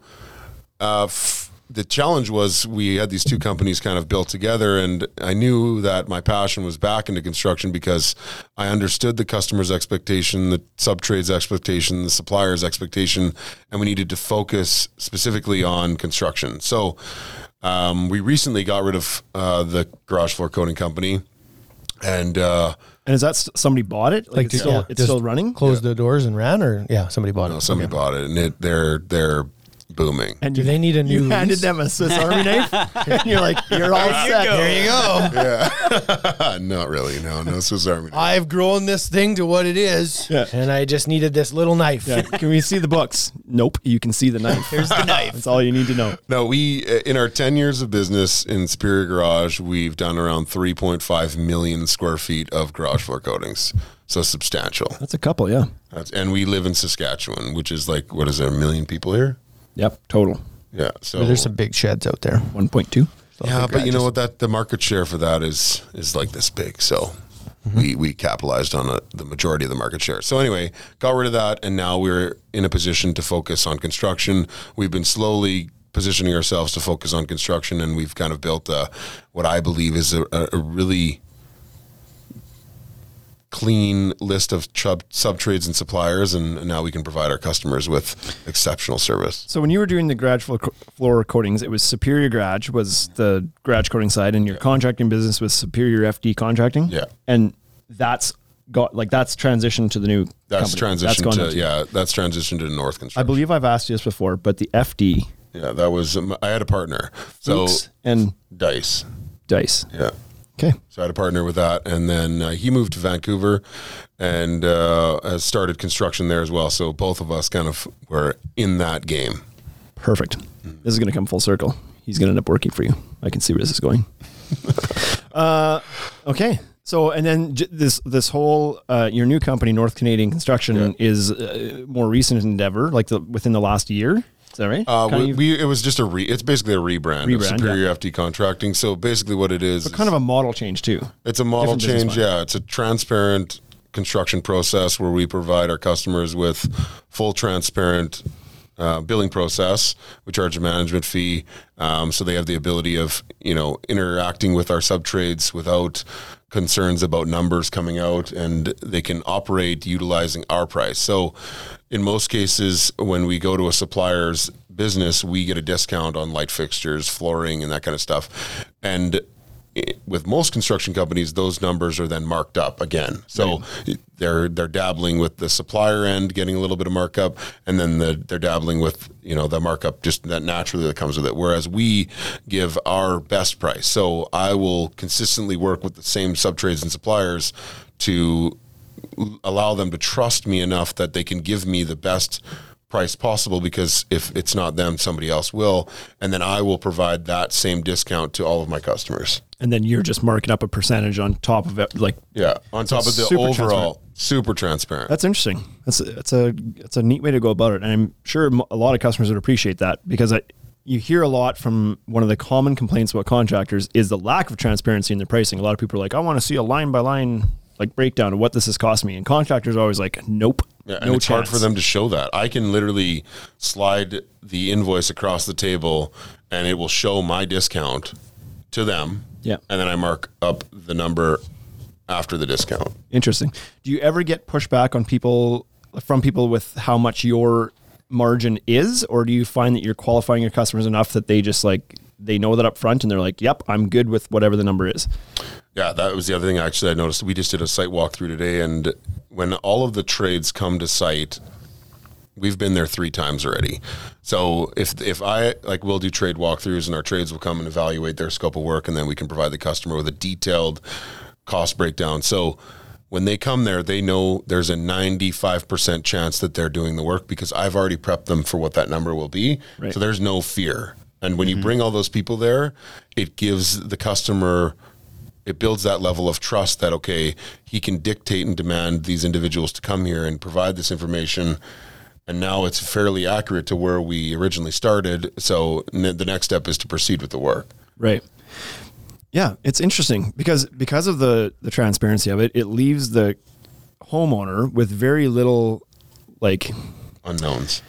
F: uh, f- the challenge was we had these two companies kind of built together, and I knew that my passion was back into construction because I understood the customer's expectation, the sub trade's expectation, the supplier's expectation, and we needed to focus specifically on construction. So um, we recently got rid of uh, the garage floor coating company, and. Uh,
B: And is that s somebody bought it? Like, it's,
E: did-
B: still,
E: yeah,
B: it's
E: just
B: still running?
E: Closed the doors and ran, or yeah, somebody bought
F: No,
E: it.
F: somebody bought it, and it they're they're booming.
B: And
E: Do they need a new
B: You handed
E: lease?
B: them a
E: [laughs]
B: Swiss Army knife, and you're like, "You're all set."
E: There you go.
F: Uh, Not really. No, no Swiss Army. knife.
E: I've grown this thing to what it is,
B: Yeah.
E: and I just needed this little knife.
B: Yeah. Can we see the books? Nope. You can see the knife. Here's the knife. [laughs] That's all you need to know.
F: No, we uh, in our ten years of business in Superior Garage, we've done around three point five million square feet of garage floor coatings. So substantial.
B: That's a couple. Yeah.
F: That's, and we live in Saskatchewan, which is like what is there a million people here?
B: Yep. Total.
F: Yeah. So
E: But There's some big sheds out there.
B: One point two.
F: yeah, but you know what? That the market share for that is is like this big. So
B: Mm-hmm.
F: we we capitalized on a, the majority of the market share. So anyway, got rid of that, and now we're in a position to focus on construction. We've been slowly positioning ourselves to focus on construction, and we've kind of built a what I believe is a, a, a really clean list of sub sub trades and suppliers and now we can provide our customers with exceptional service
B: So when you were doing the garage flo- floor coatings, it was Superior Garage was the garage coating side, and your contracting business was Superior FD Contracting.
F: Yeah.
B: And that's got like that's transitioned to the new.
F: that's
B: company.
F: transition
B: gone
F: to
B: into-
F: yeah that's transition to north construction
B: I believe I've asked you this before, but the FD
F: Yeah, that was um, I had a partner. So
B: Fuchs and
F: Dice.
B: Dice.
F: Yeah.
B: Okay.
F: So I had a partner with that, and then uh, he moved to Vancouver, and uh, has started construction there as well. So both of us kind of were in that game.
B: Perfect. This is going to come full circle. He's going to end up working for you. I can see where this is going. [laughs] uh, okay. So, and then j- this this whole uh, your new company, North Canadian Construction, is uh, more recent endeavor, like the, within the last year. Is that right?
F: Uh,
B: kind
F: we,
B: of,
F: we it was just a re. It's basically a rebrand,
B: Rebrand,
F: of Superior FD Contracting. So basically, what it is,
B: kind of a model change too.
F: It's a model
B: Different business
F: change.
B: model.
F: Yeah, it's a transparent construction process where we provide our customers with full transparent uh, billing process. We charge a management fee, um, so they have the ability of you know interacting with our sub trades without concerns about numbers coming out, and they can operate utilizing our price. So, in most cases, when we go to a supplier's business, we get a discount on light fixtures, flooring, and that kind of stuff, and it- with most construction companies, those numbers are then marked up again. So they're they're dabbling with the supplier end, getting a little bit of markup, and then the, they're dabbling with you know the markup just that naturally that comes with it. Whereas we give our best price. So I will consistently work with the same sub trades and suppliers to allow them to trust me enough that they can give me the best price possible because if it's not them somebody else will and then I will provide that same discount to all of my customers.
B: And then you're just marking up a percentage on top of it. Like
F: Yeah, on top of the
B: super
F: overall, super transparent.
B: that's interesting. That's a, that's a that's a neat way to go about it, and I'm sure m- a lot of customers would appreciate that because I. You hear a lot from one of the common complaints about contractors is the lack of transparency in their pricing. A lot of people are like, "I want to see a line by line like breakdown of what this has cost me," and contractors are always like, "Nope,
F: yeah, and
B: no
F: it's hard
B: chance
F: for them to show that. I can literally slide the invoice across the table, and it will show my discount to them.
B: Yeah.
F: and then I mark up the number after the discount.
B: Interesting. Do you ever get pushback on people from people with how much your margin is, or do you find that you're qualifying your customers enough that they just like they know that up front and they're like, "Yep, I'm good with whatever the number is."
F: Yeah, that was the other thing actually I noticed. We just did a site walkthrough today, and when all of the trades come to site, we've been there three times already. So if if I like, we'll do trade walkthroughs, and our trades will come and evaluate their scope of work, and then we can provide the customer with a detailed cost breakdown. So when they come there, they know there's a 95% chance that they're doing the work because I've already prepped them for what that number will be. So there's no fear. And when you bring all those people there, it gives the customer it builds that level of trust that okay, he can dictate and demand these individuals to come here and provide this information. And now it's fairly accurate to where we originally started. So n- the next step is to proceed with the work.
B: Right. Yeah, it's interesting because because of the the transparency of it, it leaves the homeowner with very little like
F: Unknowns.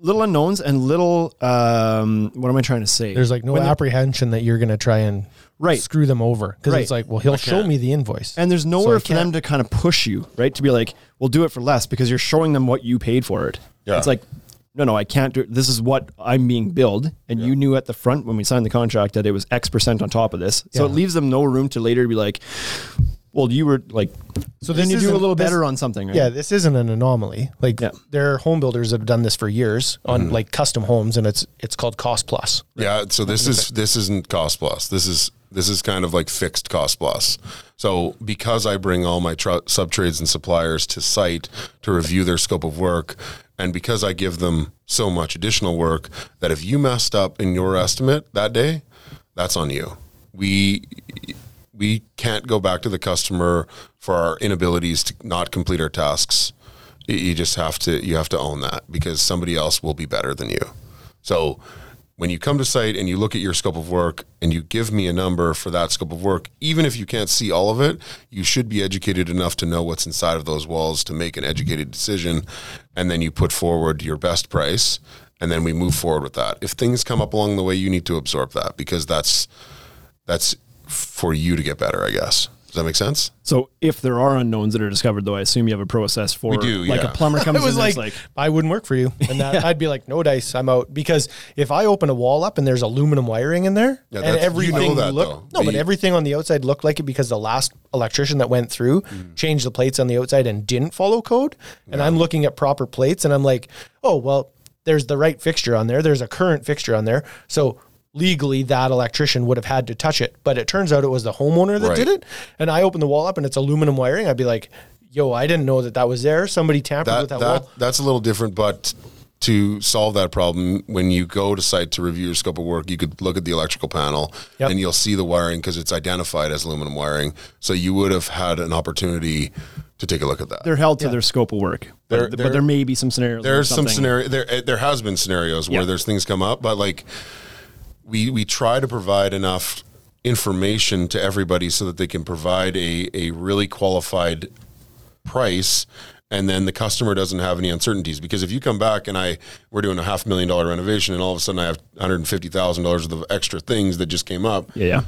B: little unknowns and little um what am I trying to say?
E: There's like no
B: When the-
E: apprehension that you're going to try and
B: Right.
E: screw them over because
B: Right.
E: it's like, well, he'll show me the invoice.
B: and there's
E: So I
B: nowhere for them
E: can't-
B: to kind of push you, right? To be like, "We'll do it for less" because you're showing them what you paid for it.
F: Yeah.
B: It's like, "No, no, I can't do it. This is what I'm being billed." And you knew at the front when we signed the contract that it was X percent on top of this. So it
E: Yeah.
B: leaves them no room to later be like, "Well, you were like
E: So then you do a little
B: better on something, right?
E: Yeah, this isn't an anomaly. Like
B: Yeah.
E: there are home builders that have done this for years on like custom homes, and it's it's called cost plus.
F: Yeah, so this is this isn't cost plus. This is this is kind of like fixed cost plus. So because I bring all my tr- sub trades and suppliers to site to review their scope of work, and because I give them so much additional work that if you messed up in your estimate that day, that's on you. We we can't go back to the customer for our inabilities to not complete our tasks. You- You just have to you have to own that because somebody else will be better than you. So when you come to site and you look at your scope of work and you give me a number for that scope of work, even if you can't see all of it, you should be educated enough to know what's inside of those walls to make an educated decision. And then you put forward your best price and then we move forward with that. If things come up along the way, you need to absorb that because that's that's for you to get better, I guess. Does that make sense?
B: So if there are unknowns that are discovered, though, I assume you have a process for.
F: We do,
B: Like
F: yeah.
B: a
F: [laughs]
B: plumber comes
E: It was
B: in and
E: like,
B: it's like,
E: I wouldn't
B: [laughs]
E: work for you, and that, I'd be like, no dice, I'm out. Because if I open a wall up and there's aluminum wiring in there,
F: Yeah,
E: and
F: that's- you know
E: everything
F: that,
E: looked
F: though.
E: no, but
F: You-
E: everything on the outside looked like it because the last electrician that went through
F: Mm.
E: changed the plates on the outside and didn't follow code. And I'm looking at proper plates, and I'm like, oh well, there's the right fixture on there. There's a current fixture on there, so. Legally, that electrician would have had to touch it, but it turns out it was the homeowner that
F: Right.
E: did it. And I opened the wall up, and it's aluminum wiring. I'd be like, "Yo, I didn't know that that was there. Somebody tampered with that,
F: that, that,
E: wall."
F: that's a little different, but to solve that problem, when you go to site to review your scope of work, you could look at the electrical panel
E: Yep.
F: and you'll see the wiring because it's identified as aluminum wiring. So you would have had an opportunity to take a look at that.
B: they're held to their scope of work. But-
F: There-
B: but,
F: there-
B: there may be some scenarios. where
F: there's some
B: something-
F: scenario there eh, there has been scenarios where
B: Yeah.
F: there's things come up but like we we try to provide enough information to everybody so that they can provide a a really qualified price and then the customer doesn't have any uncertainties because if you come back and I we're doing a half million dollar renovation and all of a sudden I have hundred and fifty thousand dollars of extra things that just came up
B: Yeah, yeah.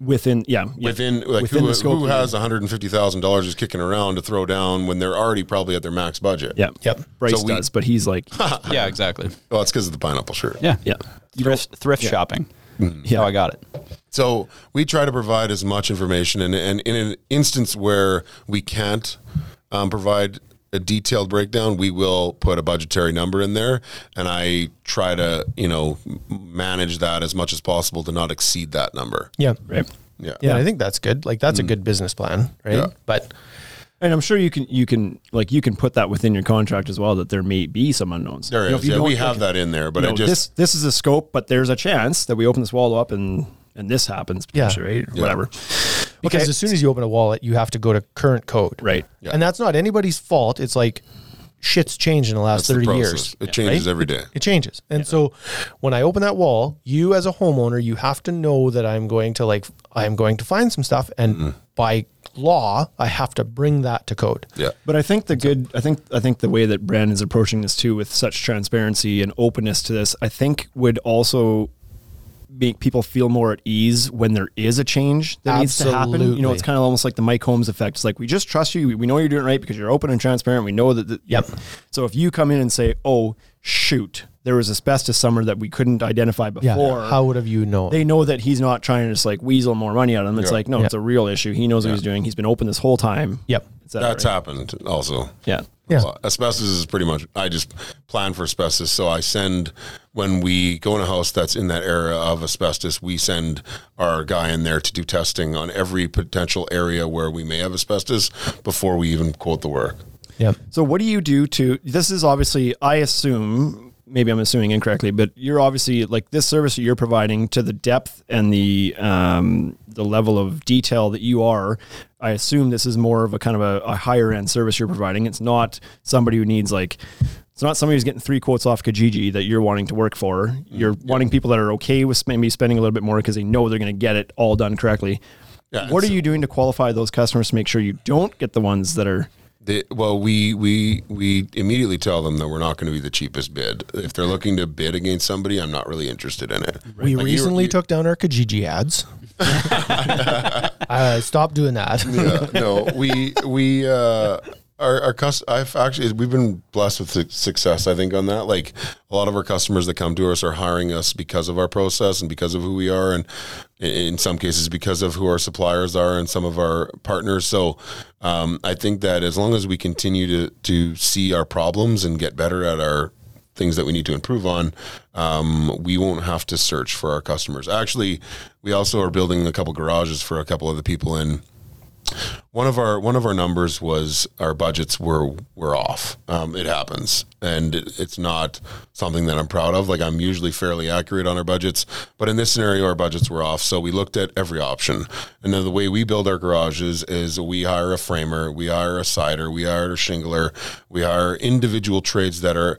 B: Within, yeah. yeah.
F: within like
B: Within
F: who,
B: the scope
F: who
B: of-
F: has one hundred and fifty thousand dollars just kicking around to throw down when they're already probably at their max budget
B: Yeah.
E: Yep.
B: Bryce
F: So we-
B: does, but he's
F: [laughs]
B: like,
A: Yeah, exactly.
F: well it's because of the pineapple shirt
A: Yeah.
B: yeah.
A: Thrift, thrift shopping. Yeah, I got it.
F: So we try to provide as much information, and, and in an instance where we can't um, provide a detailed breakdown, we will put a budgetary number in there, and I try to you know m- manage that as much as possible to not exceed that number.
E: Yeah.
B: Right.
F: Yeah,
E: Yeah, Hmm. I think that's good. Like that's a good business plan, right?
F: Yeah.
E: But
B: And I'm sure you can, you can, like, you can put that within your contract as well that there may be some unknowns.
F: There
B: You know,
F: is.
B: if you
F: Yeah,
B: don't,
F: we
B: like,
F: have that in there, but
B: you
F: I
B: know,
F: just
B: this, this is a scope, but there's a chance that we open this wall up and, and this happens potentially, right? Whatever.
E: because as soon as you open a wallet, you have to go to current code.
B: Right.
F: Yeah.
E: And that's not anybody's fault. It's like shit's changed in the last
F: that's
E: 30
F: the process.
E: years.
F: It changes every day.
E: It changes. And so when I open that wall, you as a homeowner, you have to know that I'm going to like I'm going to find some stuff and
F: Mm-hmm.
E: by law, I have to bring that to code.
F: Yeah,
B: But I think the good, I think, I think the way that Brand is approaching this too, with such transparency and openness to this, I think would also make people feel more at ease when there is a change that needs to happen. You know, it's
E: Absolutely.
B: kind of almost like the Mike Holmes effect. It's like we just trust you. We, we know you're doing it right because you're open and transparent. We know that. The,
E: Yep.
B: So if you come in and say, "Oh, shoot, there was asbestos somewhere that we couldn't identify
E: Yeah.
B: before.
E: How would have you known?
B: they know that he's not trying to just like weasel more money out of them. It's
F: Yeah.
B: like, no,
E: Yeah.
B: it's a real issue. He knows what he's doing. He's been open this whole time.
E: yep.
B: Is that
F: That's
B: right?
F: happened also.
B: Yeah.
E: Yeah.
F: Well, asbestos is pretty much, I just plan for asbestos. So I send, when we go in a house that's in that area of asbestos, we send our guy in there to do testing on every potential area where we may have asbestos before we even quote the work.
E: Yep.
B: So what do you do to this is obviously I assume maybe I'm assuming incorrectly, but you're obviously like this service that you're providing to the depth and the um, the level of detail that you are. I assume this is more of a kind of a, a higher end service you're providing. It's not somebody who needs like it's not somebody who's getting three quotes off Kijiji that you're wanting to work for.
F: Mm,
B: You're wanting people that are okay with maybe spending a little bit more because they know they're going to get it all done correctly.
F: Yeah,
B: what are
F: it's-
B: you doing to qualify those customers to make sure you don't get the ones that are
F: They, well, we we we immediately tell them that we're not going to be the cheapest bid. If they're looking to bid against somebody, I'm not really interested in it.
E: We
F: Like, you-
E: recently
F: you-
E: took down our Kijiji [laughs] ads. uh, stop doing that.
F: Yeah, no, we we uh, our our cus- I've actually we've been blessed with su- success. I think on that, like a lot of our customers that come to us are hiring us because of our process and because of who we are, and i- in some cases because of who our suppliers are and some of our partners. So um, I think that as long as we continue to to see our problems and get better at our things that we need to improve on, um, we won't have to search for our customers. Actually, we also are building a couple garages for a couple of the people in one of our one of our numbers was our budgets were were off. Um, it happens, and it, it's not something that I'm proud of. Like I'm usually fairly accurate on our budgets, but in this scenario, our budgets were off. So we looked at every option, and then the way we build our garages is we hire a framer, we hire a cider, we hire a shingler, we hire individual trades that are.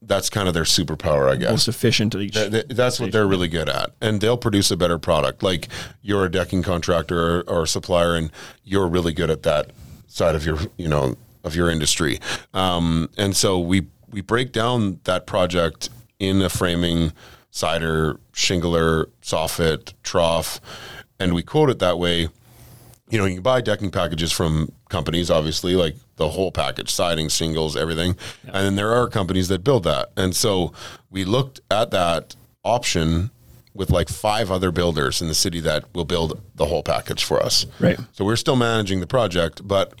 F: That's kind of their superpower, I guess.
B: most efficient at each
F: Th- th- that's what they're really good at, and they'll produce a better product. Like you're a decking contractor or, or a supplier, and you're really good at that side of your you know of your industry. Um, and so we we break down that project in a framing, cider, shingler, soffit, trough, and we quote it that way you know, you can buy decking packages from companies, obviously, like the whole package, siding, shingles, everything. And then there are companies that build that. And so we looked at that option with like five other builders in the city that will build the whole package for us.
B: Right.
F: So we're still managing the project, but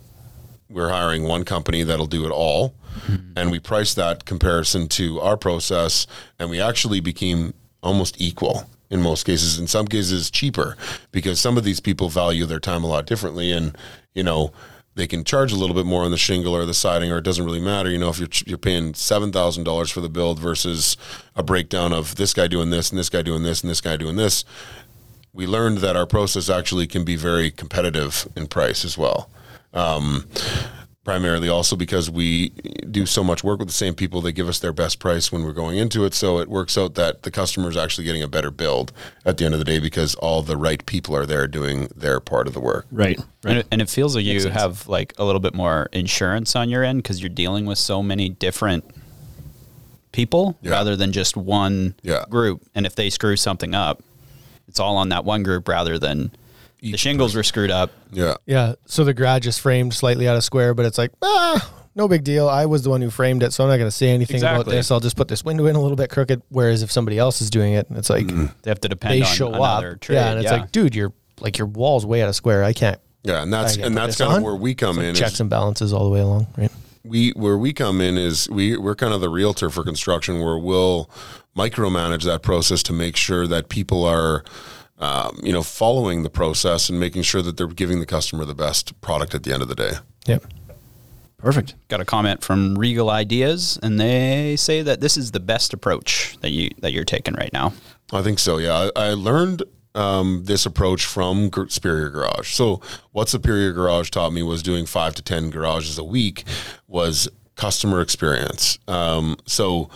F: we're hiring one company that'll do it all. And we priced that comparison to our process, and we actually became almost equal in most cases. In some cases, cheaper because some of these people value their time a lot differently. And, you know, they can charge a little bit more on the shingle or the siding, or it doesn't really matter. You know, if you're, ch- you're paying $7,000 for the build versus a breakdown of this guy doing this and this guy doing this and this guy doing this, we learned that our process actually can be very competitive in price as well. Um, primarily also because we do so much work with the same people, they give us their best price when we're going into it. So it works out that the customer is actually getting a better build at the end of the day because all the right people are there doing their part of the work.
B: right
A: And, it, and it feels like you have like a little bit more insurance on your end because you're dealing with so many different people
F: Yeah.
A: rather than just one
F: Yeah.
A: group. And if they screw something up, it's all on that one group rather than the shingles were screwed up.
F: Yeah.
E: Yeah. So the garage is framed slightly out of square, but it's like, ah, no big deal. I was the one who framed it, so I'm not going to say anything about
A: Exactly.
E: this. I'll just put this window in a little bit crooked. Whereas if somebody else is doing it, it's like
F: Mm-hmm.
A: They have to depend
E: they
A: on
E: show
A: another
E: up,
A: trade.
E: yeah, and it's like, dude, your like your wall's way out of square. I can't
F: Yeah. And that's,
E: I can
F: and
E: put
F: that's
E: this
F: kind of
E: on.
F: where we come in. is-
E: checks and balances all the way along, right?
F: we where we come in is we we're kind of the realtor for construction where we'll micromanage that process to make sure that people are um, you know following the process and making sure that they're giving the customer the best product at the end of the day
E: Yep.
B: perfect
A: got a comment from Regal Ideas, and they say that this is the best approach that you that you're taking right now.
F: I think so. Yeah, I, I learned um, this approach from Gr- Superior Garage. So what Superior Garage taught me was doing five to ten garages a week was customer experience. Um, so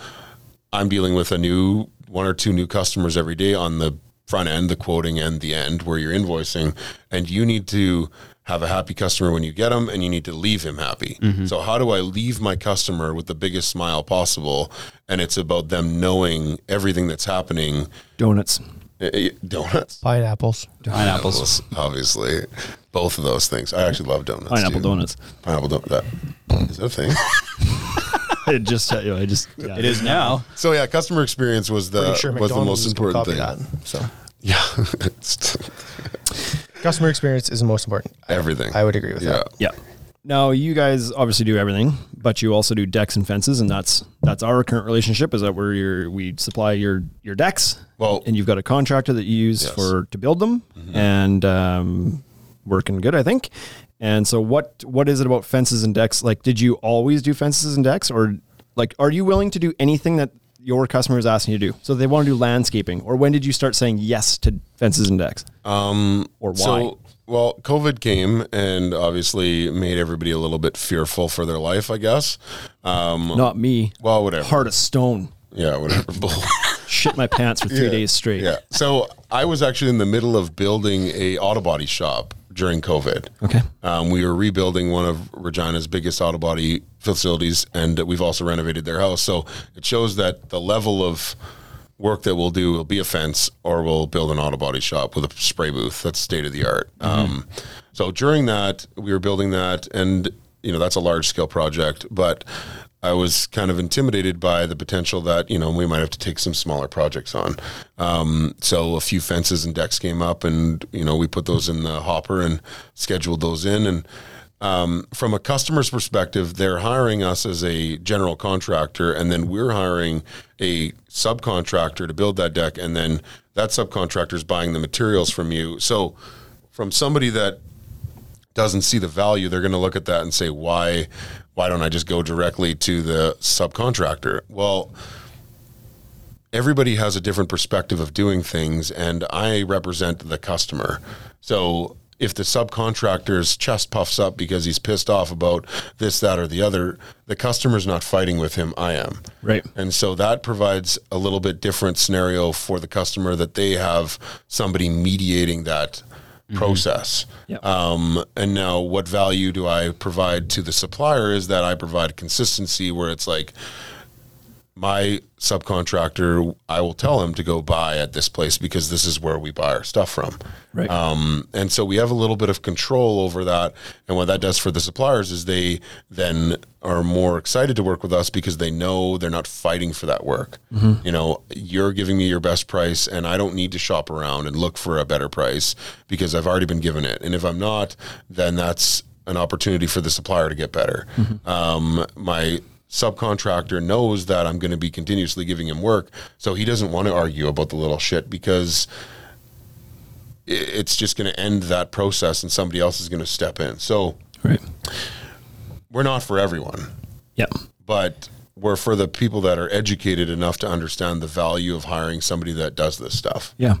F: I'm dealing with a new one or two new customers every day on the front end, the quoting and the end where you're invoicing, and you need to have a happy customer when you get them and you need to leave him happy. So how do I leave my customer with the biggest smile possible? And it's about them knowing everything that's happening
B: [laughs] donuts
F: Eh, eh, donuts.
E: Pineapples.
F: Uh,
A: Pineapples.
F: [laughs] Apples, obviously. Both of those things. I actually love donuts.
B: pineapple
F: too.
B: donuts
F: [laughs] Pineapple donut. That, is that a thing?
B: I just, you know, I just, yeah.
A: It is now.
F: So yeah, customer experience was the
E: Pretty sure
F: was the
E: McDonald's
F: most
E: is gonna
F: important thing.
E: copy that.
F: So yeah, [laughs] it's
E: Customer experience is the most important. I-
F: everything.
E: I, would agree with that.
B: Yeah. Now you guys obviously do everything, but you also do decks and fences, and that's that's our current relationship. Is that where your we supply your your decks?
F: Well- Mm-hmm.
B: and you've got a contractor that you use for to build them, and um, working good, I think. And so, what what is it about fences and decks? Like, did you always do fences and decks, or like, are you willing to do anything that your customer is asking you to do? So they want to do landscaping, or when did you start saying yes to fences and decks? Um, or why?
F: So, well, COVID came and obviously made everybody a little bit fearful for their life, I guess. Um,
B: Not me.
F: well, whatever.
B: Heart of stone.
F: Yeah, whatever. [laughs] Bull.
B: shit my pants for three
F: Yeah.
B: days straight.
F: yeah. So I was actually in the middle of building a auto body shop during COVID.
B: Okay.
F: Um, we were rebuilding one of Regina's biggest auto body facilities, and we've also renovated their house. So it shows that the level of work that we'll do will be a fence, or we'll build an auto body shop with a spray booth. That's state of the art. Um, so during that, we were building that, and you know that's a large scale project, but. I was kind of intimidated by the potential that you know we might have to take some smaller projects on. Um, so a few fences and decks came up, and you know we put those in the hopper and scheduled those in. And um, from a customer's perspective, they're hiring us as a general contractor, and then we're hiring a subcontractor to build that deck, and then that subcontractor is buying the materials from you. So from somebody that doesn't see the value, they're going to look at that and say, why, why don't I just go directly to the subcontractor? Well, everybody has a different perspective of doing things, and I represent the customer. So if the subcontractor's chest puffs up because he's pissed off about this, that, or the other, the customer's not fighting with him. I am.
B: Right.
F: And so that provides a little bit different scenario for the customer that they have somebody mediating that process.
B: Yeah.
F: Um, and now, what value do I provide to the supplier is that I provide consistency where it's like, my subcontractor, I will tell him to go buy at this place because this is where we buy our stuff from.
B: Right.
F: Um, and so we have a little bit of control over that. And what that does for the suppliers is they then are more excited to work with us because they know they're not fighting for that work. You know, you're giving me your best price, and I don't need to shop around and look for a better price because I've already been given it. And if I'm not, then that's an opportunity for the supplier to get better. Um, my subcontractor knows that I'm going to be continuously giving him work, so he doesn't want to argue about the little shit because i- it's just going to end that process and somebody else is going to step in. So
B: Right.
F: we're not for everyone,
B: Yeah.
F: but we're for the people that are educated enough to understand the value of hiring somebody that does this stuff.
B: Yeah.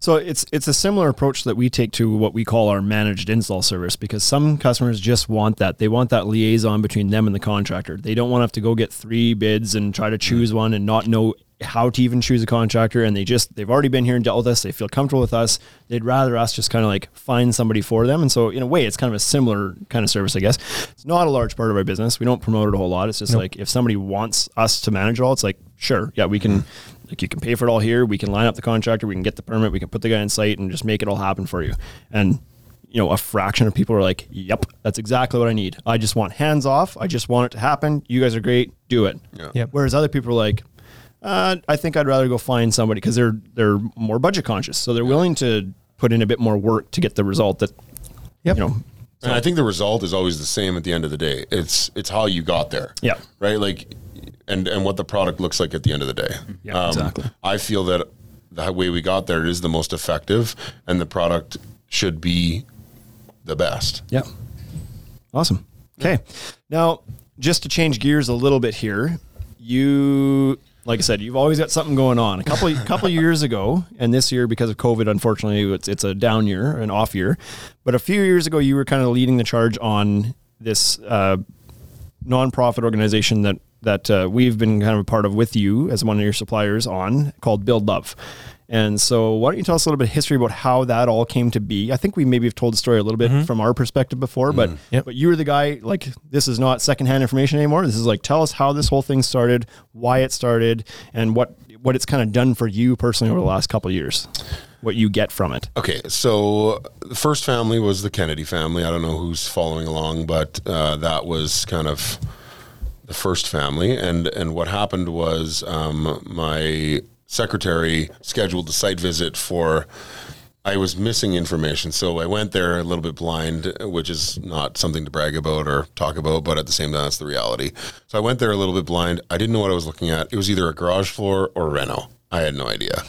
B: So it's it's a similar approach that we take to what we call our managed install service because some customers just want that. They want that liaison between them and the contractor. They don't want to have to go get three bids and try to choose one and not know how to even choose a contractor and they just they've already been here and dealt with us. They feel comfortable with us. They'd rather us just kind of like find somebody for them. And so in a way it's kind of a similar kind of service, I guess. It's not a large part of our business. We don't promote it a whole lot. It's just like if somebody wants us to manage it all, it's like, sure, yeah, we can like you can pay for it all here. We can line up the contractor. We can get the permit. We can put the guy in site and just make it all happen for you. And you know, a fraction of people are like, "Yep, that's exactly what I need. I just want hands off. I just want it to happen. You guys are great. Do it."
E: Yep.
B: Whereas other people are like, uh, "I think I'd rather go find somebody because they're they're more budget conscious, so they're willing to put in a bit more work to get the result that
E: Yep.
B: you know."
F: And I think the result is always the same at the end of the day. It's it's how you got there.
B: Yeah.
F: Right? Like and and what the product looks like at the end of the day. Um,
B: Yeah, exactly.
F: I feel that the way we got there is the most effective and the product should be the best.
B: Yeah. Awesome. Okay. Now, just to change gears a little bit here, you like I said, you've always got something going on. A couple couple years ago, and this year because of COVID, unfortunately, it's it's a down year, an off year. But a few years ago, you were kind of leading the charge on this uh, nonprofit organization that that uh, we've been kind of a part of with you as one of your suppliers on called Build Love. And so, why don't you tell us a little bit of history about how that all came to be? I think we maybe have told the story a little bit from our perspective before, but
E: Yep.
B: but you were the guy. Like, this is not secondhand information anymore. This is like, tell us how this whole thing started, why it started, and what what it's kind of done for you personally over the last couple of years, what you get from it.
F: Okay, so the first family was the Kennedy family. I don't know who's following along, but uh, that was kind of the first family, and and what happened was um, my secretary scheduled a site visit for. I was missing information, so I went there a little bit blind, which is not something to brag about or talk about, but at the same time, that's the reality. So I went there a little bit blind. I didn't know what I was looking at. It was either a garage floor or Reno. I had no idea.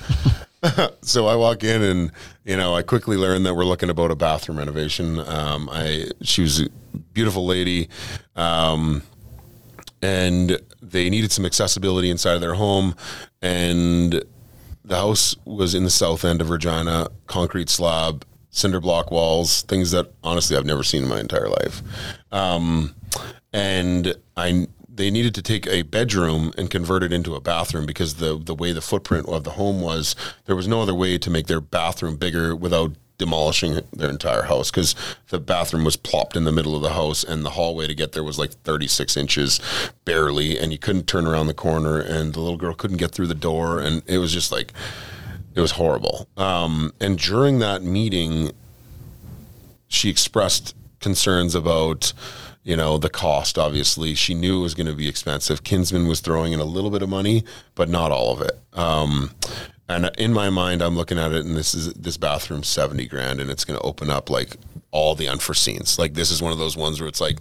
F: so I walk in and you know I quickly learn that we're looking about a bathroom renovation. Um, I she was a beautiful lady, um, and they needed some accessibility inside of their home, and the house was in the south end of Regina, concrete slab, cinder block walls, things that honestly I've never seen in my entire life. Um, and I they needed to take a bedroom and convert it into a bathroom because the the way the footprint of the home was, there was no other way to make their bathroom bigger without demolishing their entire house because the bathroom was plopped in the middle of the house and the hallway to get there was like 36 inches barely and you couldn't turn around the corner and the little girl couldn't get through the door and it was just like it was horrible um, and during that meeting she expressed concerns about you know the cost obviously she knew it was going to be expensive kinsman was throwing in a little bit of money but not all of it um, and in my mind i'm looking at it and this is this bathroom's 70 grand and it's going to open up like all the unforeseens like this is one of those ones where it's like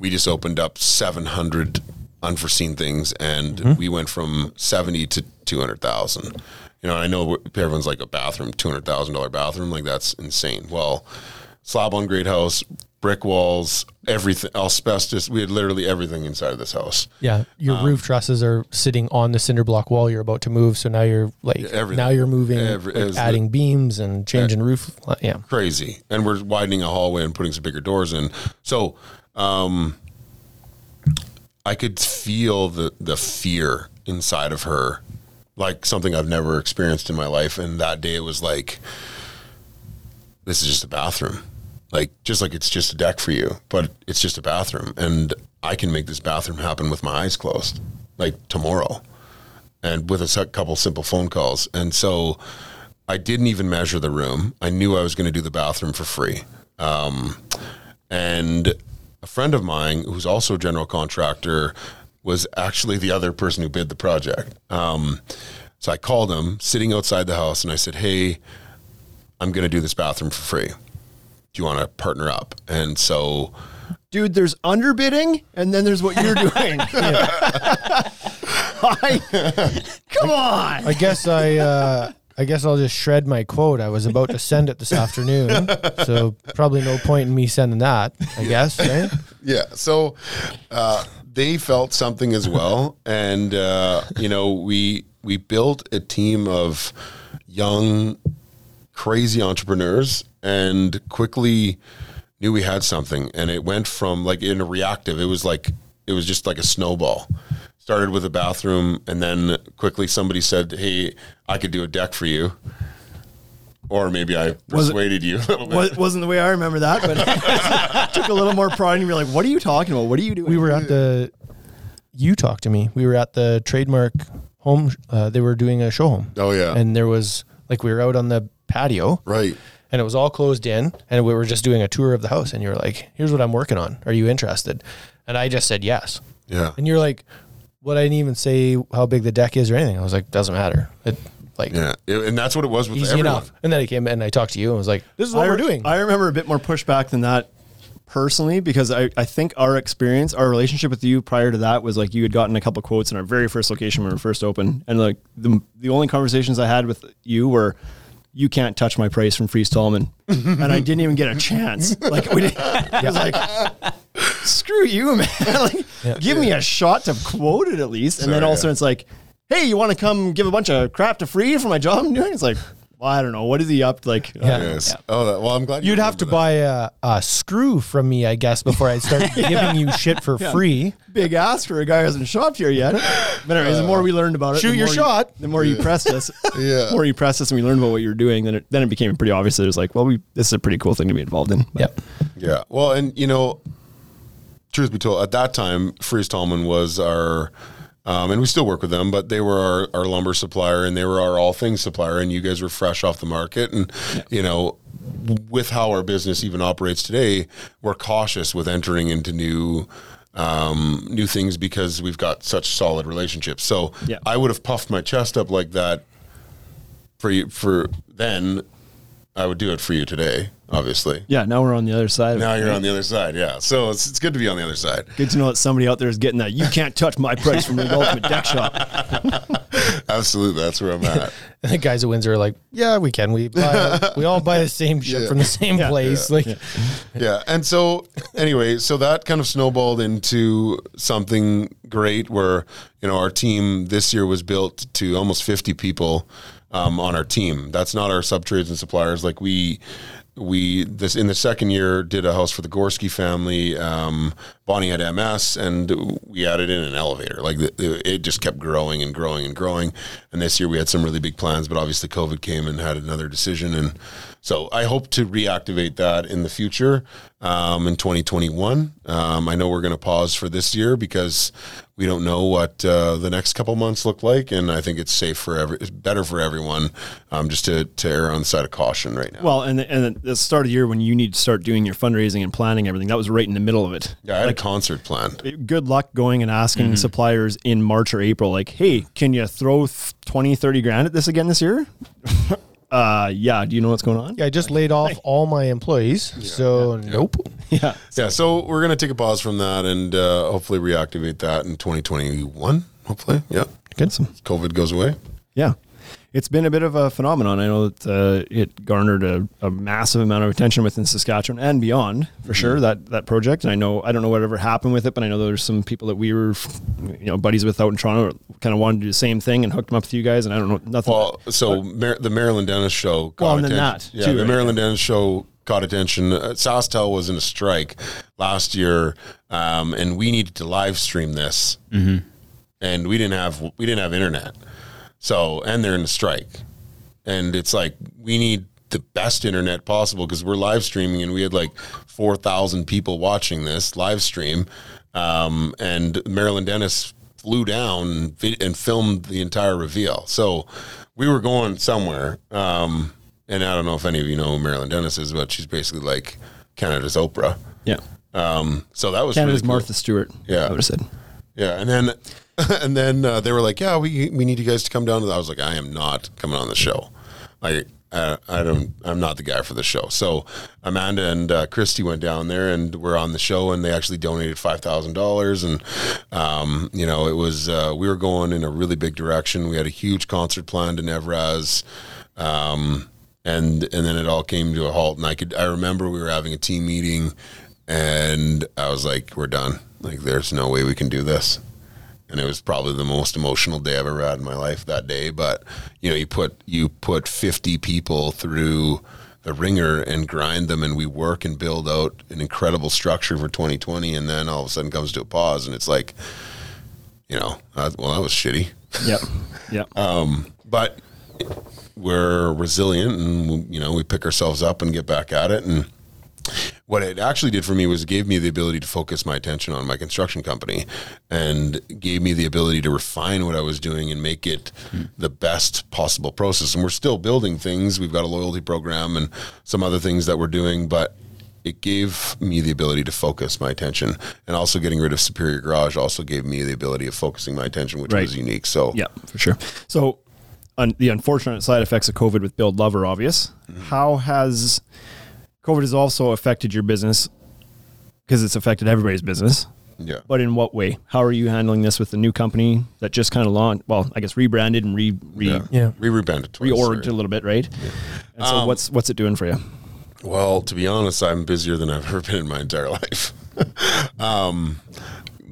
F: we just opened up 700 unforeseen things and we went from 70 to 200,000. You know, I know everyone's like a bathroom, $200,000 bathroom, like that's insane. Well, slab on grade house, brick walls, everything, asbestos, we had literally everything inside of this house.
E: Yeah, your roof trusses are sitting on the cinder block wall you're about to move, so now you're like
F: everything.
E: now you're moving,
F: Every-
E: like,
F: is the-
E: adding beams and changing roof. li- Yeah,
F: crazy. And we're widening a hallway and putting some bigger doors in. So, um, I could feel the, the fear inside of her, like something I've never experienced in my life. And that day it was like, this is just a bathroom. Like, just like it's just a deck for you, but it's just a bathroom. And I can make this bathroom happen with my eyes closed, like tomorrow, and with a s- couple simple phone calls. And so, I didn't even measure the room. I knew I was going to do the bathroom for free. Um, and a friend of mine, who's also a general contractor, was actually the other person who bid the project. Um, so I called him sitting outside the house and I said, Hey, I'm going to do this bathroom for free. Do you want to partner up? And so
B: dude, there's underbidding, and then there's what you're [laughs] doing. I- come on.
E: I guess I. Uh, I guess I'll just shred my quote. I was about to send it this afternoon, so probably no point in me sending that. I guess, right?
F: Yeah. So uh, they felt something as well, and uh, you know we we built a team of young, crazy entrepreneurs, and quickly knew we had something, and it went from like in a reactive. It was like it was just like a snowball. Started with a bathroom, and then quickly somebody said, "Hey, I could do a deck for you." Or maybe I
B: Was it-
F: persuaded you a little bit.
B: Wa- wasn't the way I remember that, but [laughs] took a little more pride and you're like, what are you talking about? What are you doing?
E: [laughs] we were at the you talked to me we were at the trademark home uh, they were doing a show home
F: Oh, yeah.
E: and there was like we were out on the patio
F: Right.
E: and it was all closed in and we were just doing a tour of the house and you were like here's what i'm working on are you interested and i just said yes
F: Yeah.
E: and you're like what i didn't even say how big the deck is or anything i was like doesn't matter it like
F: Yeah, it- and that's what it was with
E: easy
F: everyone.
E: enough and then i came and i talked to you and was like this is what
B: I
E: we're
B: re-
E: doing
B: I remember a bit more pushback than that personally because I, I think our experience, our relationship with you prior to that was like you had gotten a couple quotes in our very first location when we were first open. And like the, the only conversations I had with you were, you can't touch my price from Freeze
E: [laughs]
B: Tallman. and I didn't even get a chance. Like, we didn't, I was like, screw you, man. [laughs] like, give me a shot to quote it at least. And then
F: Sorry,
B: also
F: yeah.
B: it's like, hey, you want to come give a bunch of crap to free for my job I'm doing? It's like, well, I don't know. What is he up to? Like,
E: Yeah.
F: Yes. Oh, that, well, I'm glad you
E: You'd have to
F: remember
E: buy a, a screw from me, I guess, before I
F: [laughs]
E: start giving you shit for free.
B: big ask for a guy who hasn't shopped here yet. But anyways, the more we learned about it,
E: Shoot
B: the
E: your
B: more you-
E: shot.
B: the more you pressed us,
F: [laughs] Yeah.
B: the more you pressed us, and we learned about what you were doing. Then it then it became pretty obvious that it was like, well, we this is a pretty cool thing to be involved in. But
E: Yep.
F: that. Yeah. Well, and you know, truth be told, at that time, Freeze Tallman was our, um, and we still work with them, but they were our, our lumber supplier and they were our all things supplier. And you guys were fresh off the market. And, you know, w- with how our business even operates today, we're cautious with entering into new um, new things because we've got such solid relationships. So
B: Yeah.
F: I would have puffed my chest up like that for you for then. I would do it for you today, obviously.
B: Yeah, now we're on the other side. of
F: Now
B: it,
F: you're
B: right?
F: on the other side, yeah. So it's, it's good to be on the other side.
B: Good to know that somebody out there is getting that. You can't touch my price from the ultimate deck
F: [laughs]
B: shop.
F: Absolutely, that's where I'm at.
E: And the guys at Windsor are like, yeah, we can. We
F: [laughs]
E: buy, we all buy the same shit
F: Yeah.
E: from the same place. Like,
F: [laughs] yeah and so anyway so that kind of snowballed into something great where you know our team this year was built to almost 50 people um, on our team that's not our sub trades and suppliers like we we this in the second year did a house for the Gorski family. Um, Bonnie had MS, and we added in an elevator. Like the, the- it just kept growing and growing and growing. And this year we had some really big plans, but obviously COVID came and had another decision. And so I hope to reactivate that in the future um, in 2021. Um, I know we're going to pause for this year because we don't know what uh, the next couple months look like, and I think it's safe for every, it's better for everyone um, just to, to err on the side of caution right now.
B: Well, and the, and the start of the year when you need to start doing your fundraising and planning everything, that was right in the middle of it.
F: Yeah, I had a concert planned.
B: good luck going and asking suppliers in March or April, like, hey, can you throw th- 20, 30 grand at this again this year? [laughs] uh, yeah. Do you know what's going on?
E: yeah, I just laid off all my employees. So, nope.
B: Yeah.
F: Yeah, so we're gonna take a pause from that and uh, hopefully reactivate that in 2021. Hopefully, yeah,
B: Good. So,
F: COVID goes away.
B: yeah. It's been a bit of a phenomenon. I know that uh, it garnered a, a massive amount of attention within Saskatchewan and beyond, for sure. That that project, and I know I don't know whatever happened with it, but I know there's some people that we were, you know, buddies with out in Toronto, kind of wanted to do the same thing and hooked them up with you guys, and I don't know nothing.
F: Well, so Mar- the Maryland Dennis show. Got
B: Well, and then that,
F: attention. yeah,
B: too,
F: the
B: right?
F: Maryland Dennis show caught attention. Uh, Sastel was in a strike last year, um, and we needed to live stream this,
B: Mm-hmm.
F: and we didn't have we didn't have internet. So, and they're in a strike, and it's like we need the best internet possible because we're live streaming, and we had like four thousand people watching this live stream, um, and Marilyn Dennis flew down and, vi- and filmed the entire reveal. So we were going somewhere, um, and I don't know if any of you know who Marilyn Dennis is, but she's basically like Canada's Oprah.
B: yeah,
F: So that was
B: Canada's
F: really cool.
B: Martha Stewart.
F: Yeah.
B: I would have said.
F: Yeah, and then [laughs] and then uh, they were like, "Yeah, we we need you guys to come down to." That. I was like, "I am not coming on the show. Like, uh, I don't. I'm not the guy for the show." So Amanda and uh, Christy went down there and were on the show, and they actually donated five thousand dollars. And um, you know, it was uh, we were going in a really big direction. We had a huge concert planned in Evraz. Um, and and then it all came to a halt and I could I remember we were having a team meeting and I was like we're done like there's no way we can do this and it was probably the most emotional day I've ever had in my life that day. But you know, you put you put fifty people through the ringer and grind them, and we work and build out an incredible structure for 2020, and then all of a sudden comes to a pause, and it's like, you know, uh, well, that was shitty,
B: Yep. Yep.
F: but we're resilient, and you know, we pick ourselves up and get back at it, and what it actually did for me was it gave me the ability to focus my attention on my construction company and gave me the ability to refine what I was doing and make it the best possible process. And we're still building things. We've got a loyalty program and some other things that we're doing, but it gave me the ability to focus my attention. And also getting rid of Superior Garage also gave me the ability of focusing my attention, which
B: Right.
F: was unique. So
B: Yeah, for sure. So, on the unfortunate side effects of COVID with Build Love are obvious. How has COVID has also affected your business? Because it's affected everybody's business.
F: yeah.
B: But in what way? How are you handling this with the new company that just kind of launched? Well, I guess rebranded and re, re
E: Yeah.
F: We rebranded twice.
B: reorged
F: sorry.
B: a little bit, right? And so, what's what's it doing for you?
F: Well, to be honest, I'm busier than I've [laughs] ever been in my entire life. [laughs] um,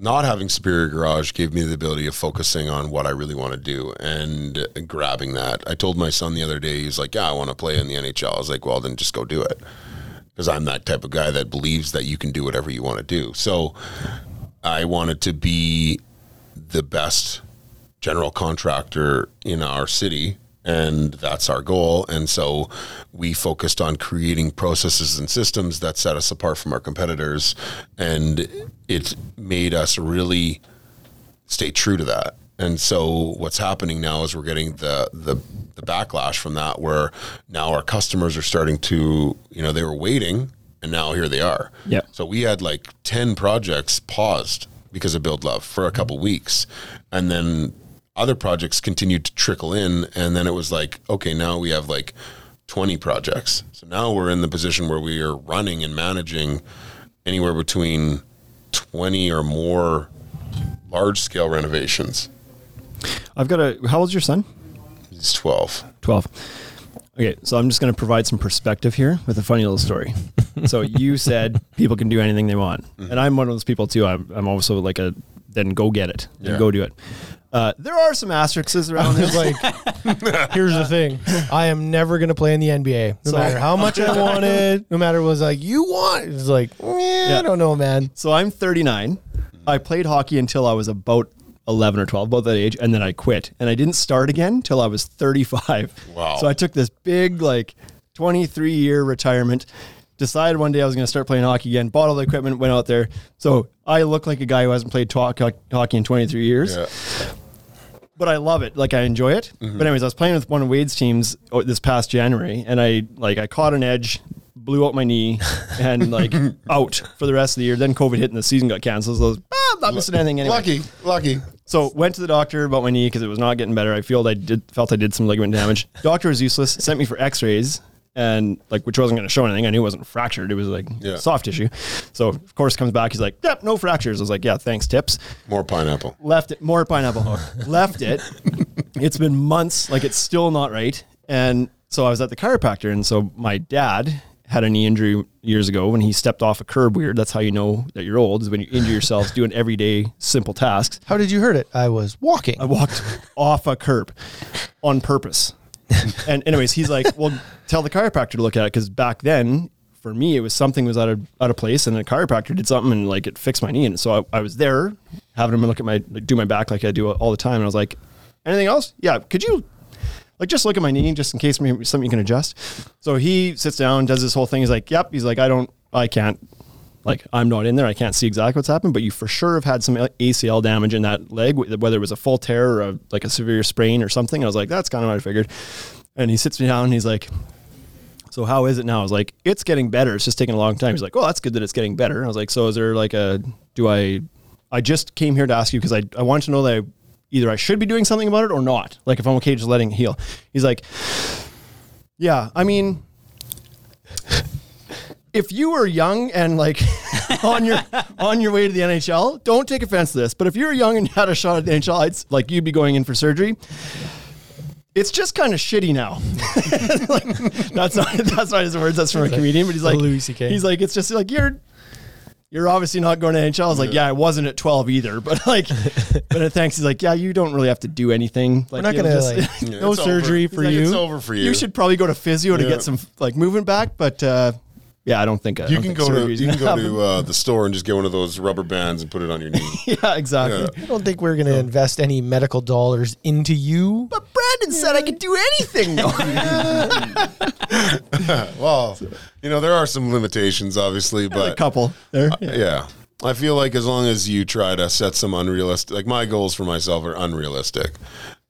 F: not having Superior Garage gave me the ability of focusing on what I really want to do and grabbing that. I told my son the other day, he's like, Yeah, I want to play in the NHL. I was like, Well, then just go do it. Because I'm that type of guy that believes that you can do whatever you want to do. So I wanted to be the best general contractor in our city and that's our goal and so we focused on creating processes and systems that set us apart from our competitors and it made us really stay true to that. And so what's happening now is we're getting the the the backlash from that where now our customers are starting to, you know, they were waiting and now here they are.
B: Yep.
F: So we had like 10 projects paused because of Build Love for a couple weeks, and then other projects continued to trickle in, and then it was like, okay, now we have like twenty projects. So now we're in the position where we are running and managing anywhere between twenty or more large scale renovations.
B: I've got a. How old's your son?
F: It's twelve.
B: 12. Okay, so I'm just going to provide some perspective here with a funny little story. so you said people can do anything they want. And I'm one of those people too. I'm, I'm also like a, then go get it, then
F: Yeah.
B: go do it. Uh, there are some asterisks around this.
E: It's
B: [laughs]
E: like, here's the thing: I am never going to play in the NBA, no matter how much I wanted, no matter what was like you want. It's like, eh,
B: Yeah.
E: I don't know, man.
B: So I'm 39. I played hockey until I was about 11 or 12, about that age, and then I quit. And I didn't start again till I was 35.
F: Wow.
B: So I took this big, like, 23 year retirement. Decided one day I was going to start playing hockey again. Bought all the equipment, went out there. So I look like a guy who hasn't played talk, hockey in 23 years
F: Yeah.
B: but I love it. Like I enjoy it.
F: Mm-hmm.
B: But anyways, I was playing with one of Wade's teams oh, this past January, and I like I caught an edge, blew out my
F: [laughs]
B: knee, and like out for the rest of the year. Then COVID hit, and the season got canceled. So I was, ah, I'm not missing anything anyway.
F: Lucky, lucky.
B: So went to the doctor about my knee because it was not getting better. I felt I did felt I did some ligament
F: [laughs]
B: damage. Doctor was useless. Sent me for X-rays and like which wasn't going to show anything. I knew it wasn't fractured. It was like
F: Yeah.
B: soft tissue. So of course comes back. He's like, yep, no fractures. I was like, yeah, thanks, tips
F: More pineapple.
B: left it more pineapple left it it's been months like it's still not right and so i was at the chiropractor and so my dad had a knee injury years ago when he stepped off a curb weird that's how you know that you're old is when you injure yourself doing everyday simple tasks
E: How did you hurt it? I was walking.
B: i walked off a curb on purpose and anyways he's like well tell the chiropractor to look at it because back then for me it was something was out of out of place and the chiropractor did something and like it fixed my knee and so i, I was there having him look at my like, do my back like i do all the time and i was like anything else yeah could you like just look at my knee just in case maybe something you can adjust so he sits down does this whole thing he's like yep he's like i don't i can't like i'm not in there i can't see exactly what's happened but you for sure have had some acl damage in that leg wh- whether it was a full tear or a, like a severe sprain or something i was like that's kind of what i figured and he sits me down and he's like so how is it now? I was like, it's getting better. It's just taking a long time. He's like, well, that's good that it's getting better. I was like, so is there like a, do I, I just came here to ask you because I, I want to know that I, either I should be doing something about it or not. Like if I'm okay just letting it heal. He's like, yeah, I mean, if you were young and like [laughs] on your on your way to the NHL, don't take offense to this, but if you were young and had a shot at the NHL, it's like you'd be going in for surgery. It's just kind of shitty now. [laughs] like, that's not that's not his words. That's from a comedian, but he's like
E: Louis CK.
B: He's like it's just like you're you're obviously not going to NHL. I was like, yeah, I wasn't at 12 either, but like, but at thanks, he's like, yeah, you don't really have to do anything. Like,
E: We're not
B: you'll
E: going to
B: just- [laughs]
E: like
F: Yeah,
E: no
F: it's
E: surgery
F: over.
E: for
F: He's like,
E: you.
F: It's over for you.
B: you should probably go to physio to
F: Yeah.
B: get some like movement back, but uh, yeah, I don't think I
F: You
B: don't
F: can
B: think
F: go to
B: surgery's
F: you can go
B: gonna
F: to uh, the store and just get one of those rubber bands and put it on
B: [laughs]
F: your knee.
B: happen. [laughs] yeah, exactly.
F: Yeah.
E: I don't think we're going to invest any medical dollars into you.
B: But Brandon said I could do anything. Though.
F: well, you know there are some limitations, obviously,
B: a
F: but
B: couple there.
F: yeah. I feel like as long as you try to set some unrealistic, like my goals for myself are unrealistic,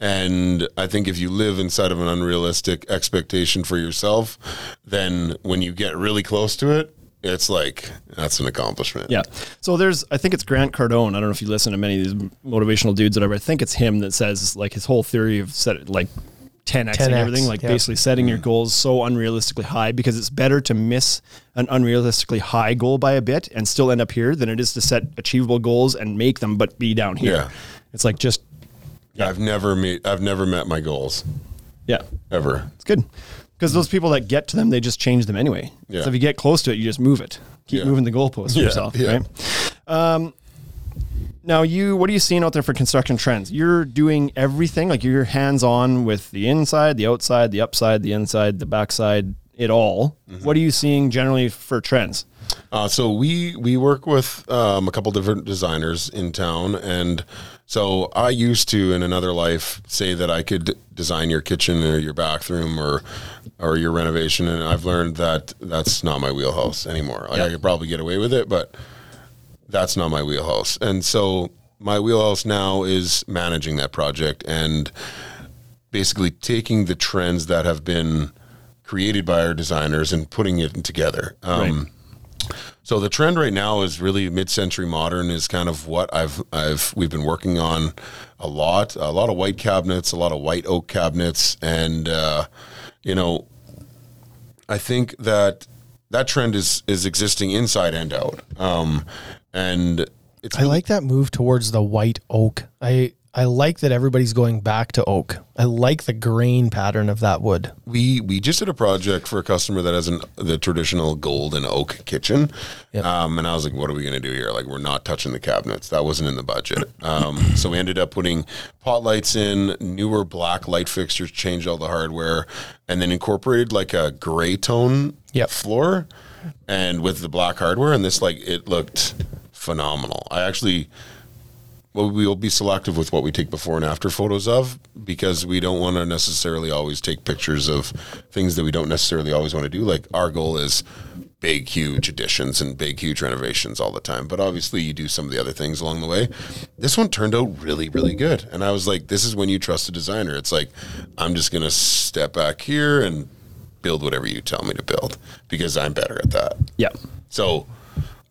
F: and I think if you live inside of an unrealistic expectation for yourself, then when you get really close to it, it's like that's an accomplishment.
B: Yeah. So there's, I think it's Grant Cardone. I don't know if you listen to many of these motivational dudes, whatever. I think it's him that says like his whole theory of set like 10x, and
E: 10x,
B: everything, like
E: yeah.
B: basically setting
F: Mm.
B: your goals so unrealistically high because it's better to miss an unrealistically high goal by a bit and still end up here than it is to set achievable goals and make them but be down here.
F: Yeah.
B: It's like just
F: I've never met I've never met my goals
B: yeah,
F: ever.
B: it's good because those people that get to them, they just change them anyway.
F: Yeah.
B: So if you get close to it, you just move it. Keep
F: Yeah.
B: moving the goalposts for
F: Yeah,
B: yourself,
F: yeah.
B: right? Um, now, you, what are you seeing out there for construction trends? You're doing everything, like you're hands on with the inside, the outside, the upside, the inside, the backside, it all.
F: Mm-hmm.
B: What are you seeing generally for trends?
F: Uh, so we we work with um, a couple different designers in town, and so I used to in another life say that I could design your kitchen or your bathroom or or your renovation, and I've learned that that's not my wheelhouse anymore. Like I could probably get away with it, but that's not my wheelhouse. And so my wheelhouse now is managing that project and basically taking the trends that Um, have been created by our designers and putting it together. Um, So the trend right now is really mid-century modern is kind of what I've I've we've been working on a lot, a lot of white cabinets, a lot of white oak cabinets, and uh, you know, I think that that trend is is existing inside and out, um, and it's
E: I like that move towards the white oak. I I like that everybody's going back to oak. I like the grain pattern of that wood.
F: we we just did a project for a customer that has an the traditional gold and oak kitchen um, and i was like what are we going to do here like we're not touching the cabinets that wasn't in the budget um, so we ended up putting pot lights in newer black light fixtures changed all the hardware and then incorporated like a gray tone
E: Yep.
F: floor and with the black hardware and this like it looked phenomenal i actually well, we will be selective with what we take before and after photos of because we don't want to necessarily always take pictures of things that we don't necessarily always want to do. Like our goal is big, huge additions and big, huge renovations all the time. But obviously, you do some of the other things along the way. This one turned out really, really good. And I was like, this is when you trust a designer. It's like, I'm just going to step back here and build whatever you tell me to build because I'm better at that.
B: Yeah.
F: So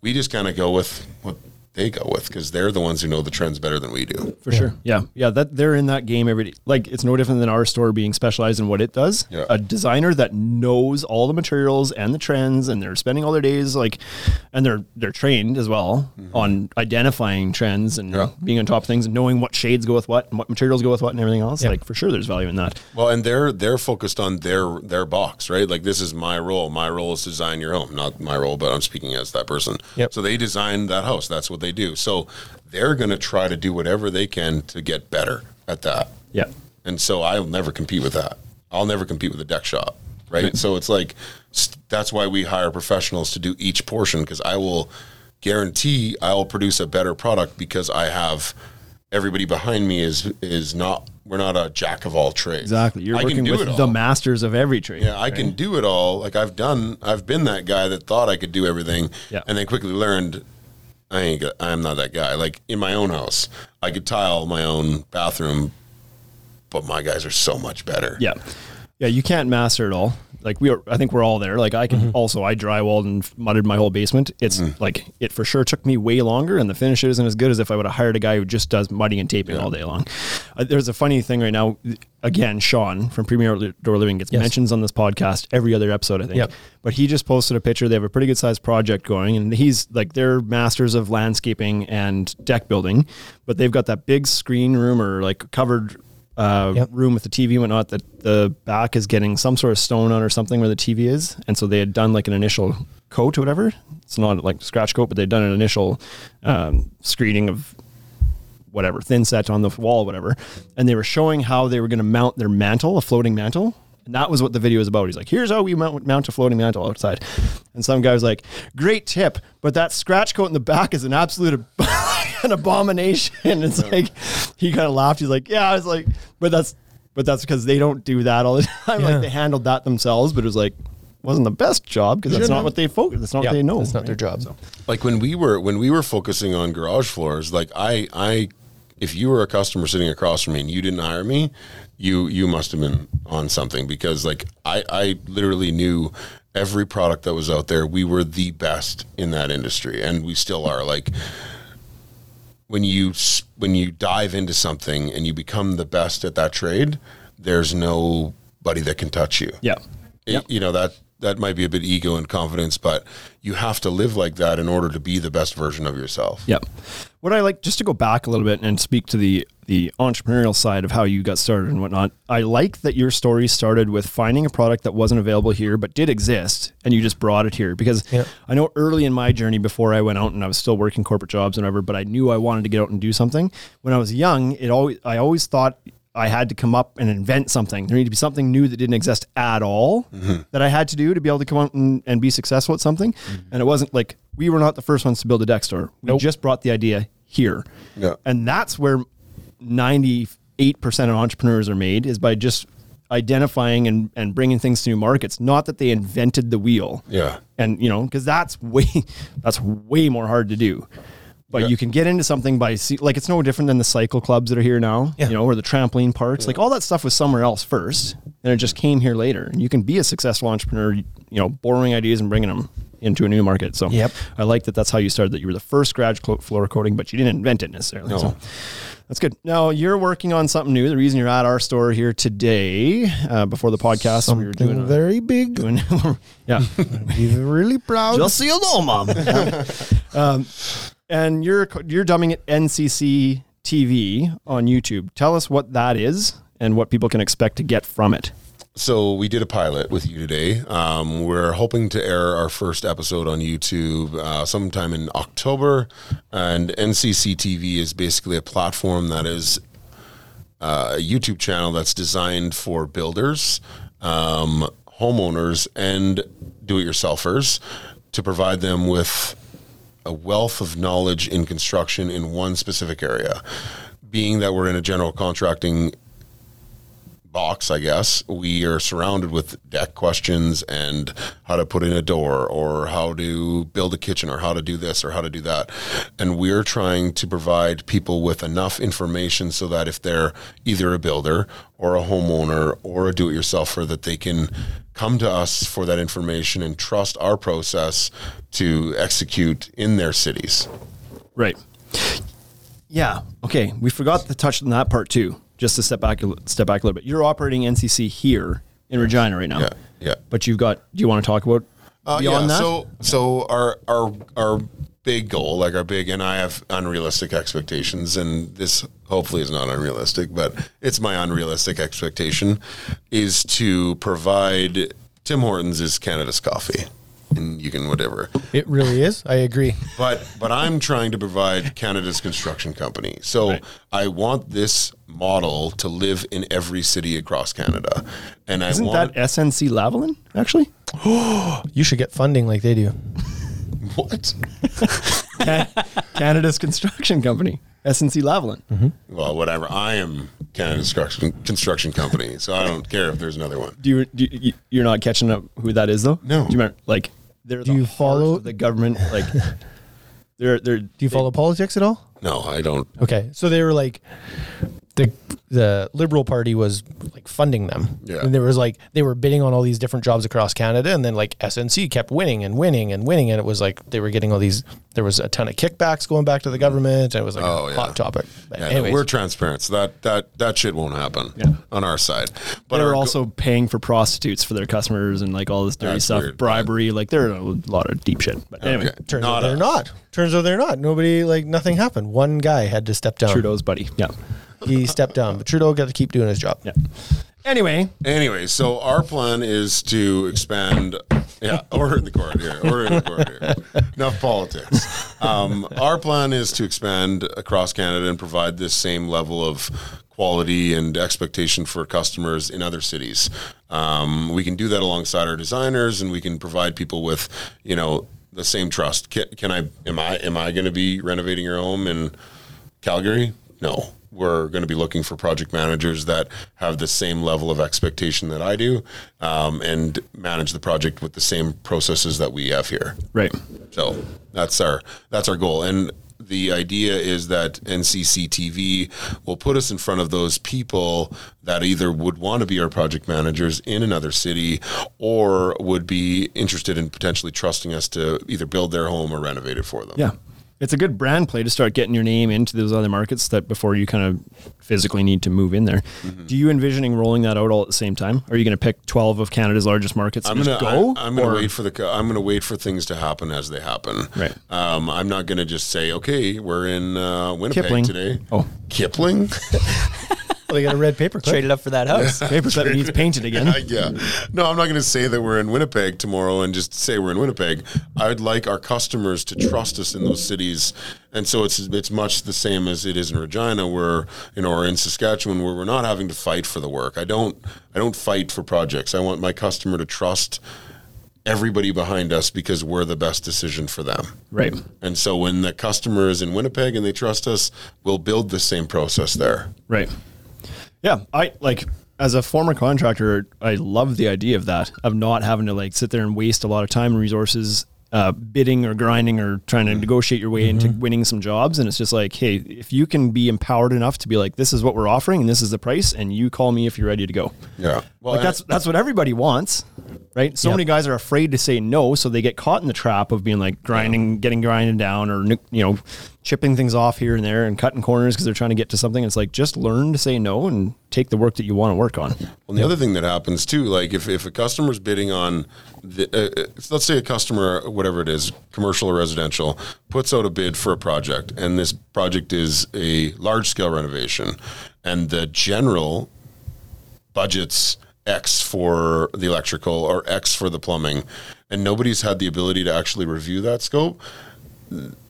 F: we just kind of go with what they go with because they're the ones who know the trends better than we do.
B: For sure. Yeah. Yeah. That they're in that game every day. Like it's no different than our store being specialized in what it does.
F: Yeah.
B: A designer that knows all the materials and the trends and they're spending all their days like and they're they're trained as well on identifying trends and
F: Yeah.
B: being on top of things and knowing what shades go with what and what materials go with what and everything else. Like for sure there's value in that.
F: Well, and they're they're focused on their their box, right? Like this is my role. My role is design your home, not my role, but I'm speaking as that person.
E: Yep.
F: So they design that house. That's what they do. So they're going to try to do whatever they can to get better at that.
B: Yeah.
F: And so I'll never compete with that. I'll never compete with a deck shop, right? so it's like st- that's why we hire professionals to do each portion because I will guarantee I will produce a better product because I have everybody behind me is is not we're not a jack of all trades.
B: Exactly. You're
F: I can
B: working
F: do
B: with
F: it all.
B: the masters of every trade.
F: Yeah, I can do it all. Like I've done, I've been that guy that thought I could do everything,
B: Yeah.
F: and then quickly learned I ain't. go- I'm not that guy. Like in my own house, I could tile my own bathroom, but my guys are so much better.
B: Yeah. Yeah, you can't master it all. Like we are, I think we're all there. Like I can also, I drywalled and mudded my whole basement. It's like it for sure took me way longer, and the finish isn't as good as if I would have hired a guy who just does mudding and taping all day long. Uh, there's a funny thing right now. Again, Sean from Premier Door Living gets mentions on this podcast every other episode, I think.
E: Yep.
B: But he just posted a picture. They have a pretty good sized project going, and he's like they're masters of landscaping and deck building, but they've got that big screen room or like covered uh,
E: Yep.
B: room with the TV and whatnot that the back is getting some sort of stone on or something where the TV is. And so they had done like an initial coat or whatever. It's not like scratch coat, but they'd done an initial um, screening of whatever thin set on the wall, whatever. And they were showing how they were going to mount their mantle, a floating mantle. And that was what the video was about. He's like, here's how we mount, mount a floating mantle outside. And some guy was like, great tip, but that scratch coat in the back is an absolute ab- [laughs] an abomination. It's like, he kind of laughed. He's like, yeah, I was like, but that's, but that's because they don't do that all the [laughs] time.
E: Yeah.
B: Like they handled that themselves, but it was like, wasn't the best job because that's
E: Sure
B: not
E: not.
B: what they focus. That's not what they know.
E: That's not their
B: right?
E: job.
F: Like when we were when we were focusing on garage floors, like I I if you were a customer sitting across from me and you didn't hire me, you you must have been on something because like I I literally knew every product that was out there. We were the best in that industry and we still are. Like when you s- when you dive into something and you become the best at that trade, there's nobody that can touch you
B: Yeah.
F: it- you know that that might be a bit ego and confidence but you have to live like that in order to be the best version of yourself
B: Yep. What I like, just to go back a little bit and speak to the the entrepreneurial side of how you got started and whatnot. I like that your story started with finding a product that wasn't available here but did exist, and you just brought it here. Because I know early in my journey, before I went out and I was still working corporate jobs and whatever, but I knew I wanted to get out and do something. When I was young, it always I always thought I had to come up and invent something. There needed to be something new that didn't exist at all
F: Mm-hmm.
B: that I had to do to be able to come out and, and be successful at something. And it wasn't like we were not the first ones to build a deck store. We just brought the idea here.
F: Yeah.
B: And that's where 98% of entrepreneurs are made is by just identifying and, and bringing things to new markets. Not that they invented the wheel.
F: Yeah.
B: And, you know, because that's way, [laughs] that's way more hard to do but you can get into something by see, like it's no different than the cycle clubs that are here now, you know, or the trampoline parks. Like all that stuff was somewhere else first, and it just came here later. And you can be a successful entrepreneur, you know, borrowing ideas and bringing them into a new market. So
E: Yep.
B: I like that that's how you started, that you were the first garage clo- floor coating, but you didn't invent it necessarily. So that's good. Now you're working on something new. The reason you're at our store here today, uh, before the podcast, we were doing a-
E: very big.
B: doing [laughs] yeah.
E: He's really proud.
B: Just so you know, mom. um, and you're you're dubbing it NCC TV on YouTube. Tell us what that is and what people can expect to get from it.
F: so we did a pilot with you today. Um, we're hoping to air our first episode on YouTube uh, sometime in October, and NCC TV is basically a platform that is uh, a YouTube channel that's designed for builders, um, homeowners, and do-it-yourselfers to provide them with a wealth of knowledge in construction in one specific area. Being that we're in a general contracting box, I guess, we are surrounded with deck questions and how to put in a door or how to build a kitchen or how to do this or how to do that. And we're trying to provide people with enough information so that if they're either a builder or a homeowner or a do it yourselfer, that they can come to us for that information and trust our process to execute in their cities.
B: Right. Yeah. Okay. We forgot to touch on that part too. Just to step back, a li- step back a little bit. You're operating NCC here in Regina right now.
F: Yeah. Yeah.
B: But you've got. Do you want to talk about
F: Uh,
B: beyond that?
F: So, so our our our big goal, like our big, and I have unrealistic expectations, and this hopefully is not unrealistic, but it's my unrealistic expectation is to provide Tim Hortons is Canada's coffee, and you can whatever
E: It really is. I agree.
F: but but I'm trying to provide Canada's construction company. So
B: Right.
F: I want this model to live in every city across Canada, and I
B: Isn't
F: want
B: that SNC Lavalin actually?
E: You should get funding like they do.
F: what?
B: Canada's [laughs] construction company. SNC Lavalin.
F: Well, whatever. I am Canada's construction construction company, so I don't care if there's another one.
B: Do you, do you you're not catching up who that is though?
F: No.
B: Do you remember like they're do
E: you follow-
B: the government
E: [laughs]
B: like they're they're do
E: Do you follow politics at all?
F: No, I don't.
E: Okay, so they were like the the Liberal Party was like funding them,
F: Yeah.
E: and there was like they were bidding on all these different jobs across Canada, and then like SNC kept winning and winning and winning, and it was like they were getting all these. There was a ton of kickbacks going back to the government, and it was like
F: Oh,
E: a
F: yeah.
E: hot topic. But
F: Yeah, no,
E: anyways,
F: we're transparent, so that that that shit won't happen on our side. But
B: they're
F: our go-
B: also paying for prostitutes for their customers and like all this dirty
F: That's
B: stuff,
F: weird,
B: bribery. Like they're a lot of deep shit. But anyway,
F: Okay.
E: turns
F: not
E: out they're
F: us.
E: not. Turns out they're not. Nobody like nothing happened. One guy had to step down.
B: Trudeau's buddy. Yeah.
E: He stepped down, but Trudeau got to keep doing his job.
B: Yeah. Anyway,
F: Anyway, so our plan is to expand. Yeah, [laughs] order in the court here. Order in the court here. Enough politics. Um, our plan is to expand across Canada and provide this same level of quality and expectation for customers in other cities. Um, we can do that alongside our designers, and we can provide people with, you know, the same trust. Can, can I? Am I? Am I going to be renovating your home and? Calgary? No. We're going to be looking for project managers that have the same level of expectation that I do um, and manage the project with the same processes that we have here.
B: right.
F: So that's our that's our goal. And the idea is that NCC TV will put us in front of those people that either would want to be our project managers in another city or would be interested in potentially trusting us to either build their home or renovate it for them.
B: Yeah. It's a good brand play to start getting your name into those other markets that before you kind of physically need to move in there.
F: Mm-hmm.
B: Do you envisioning rolling that out all at the same time? Are you going to pick 12 of Canada's largest markets
F: I'm
B: and
F: gonna
B: just go?
F: I, am gonna
B: Or-
F: wait for the. co- I'm gonna wait for things to happen as they happen.
B: Right.
F: Um, I'm not gonna just say, okay, we're in uh, Winnipeg
B: Kipling.
F: today.
B: Oh. [laughs]
F: Kipling.
E: Well, they got a red paper clip.
A: Traded up for that house.
B: Paper that needs painted [laughs] again.
F: [laughs] yeah. No, I'm not gonna say that we're in Winnipeg tomorrow and just say we're in Winnipeg. I would like our customers to trust us in those cities, and so it's it's much the same as it is in Regina, where you know, or in Saskatchewan, where we're not having to fight for the work. I don't. I don't fight for projects. I want my customer to trust everybody behind us because we're the best decision for them.
B: Right.
F: And so when the customer is in Winnipeg and they trust us, we'll build the same process there.
B: Right. Yeah. I like as a former contractor, I love the idea of that, of not having to like sit there and waste a lot of time and resources uh, bidding or grinding or trying
E: Mm-hmm.
B: to negotiate your way into winning some jobs. And it's just like, hey, if you can be empowered enough to be like, this is what we're offering and this is the price, and you call me if you're ready to go.
F: Yeah. Well,
B: like that's that's what everybody wants, right? So many guys are afraid to say no, so they get caught in the trap of being like grinding, getting grinded down, or nu- you know, chipping things off here and there and cutting corners because they're trying to get to something. It's like just learn to say no and take the work that you want to work on.
F: Well, the other thing that happens too, like if, if a customer's bidding on, the, uh, uh, let's say a customer, whatever it is, commercial or residential, puts out a bid for a project, and this project is a large scale renovation, and the general budgets X for the electrical or X for the plumbing, and nobody's had the ability to actually review that scope.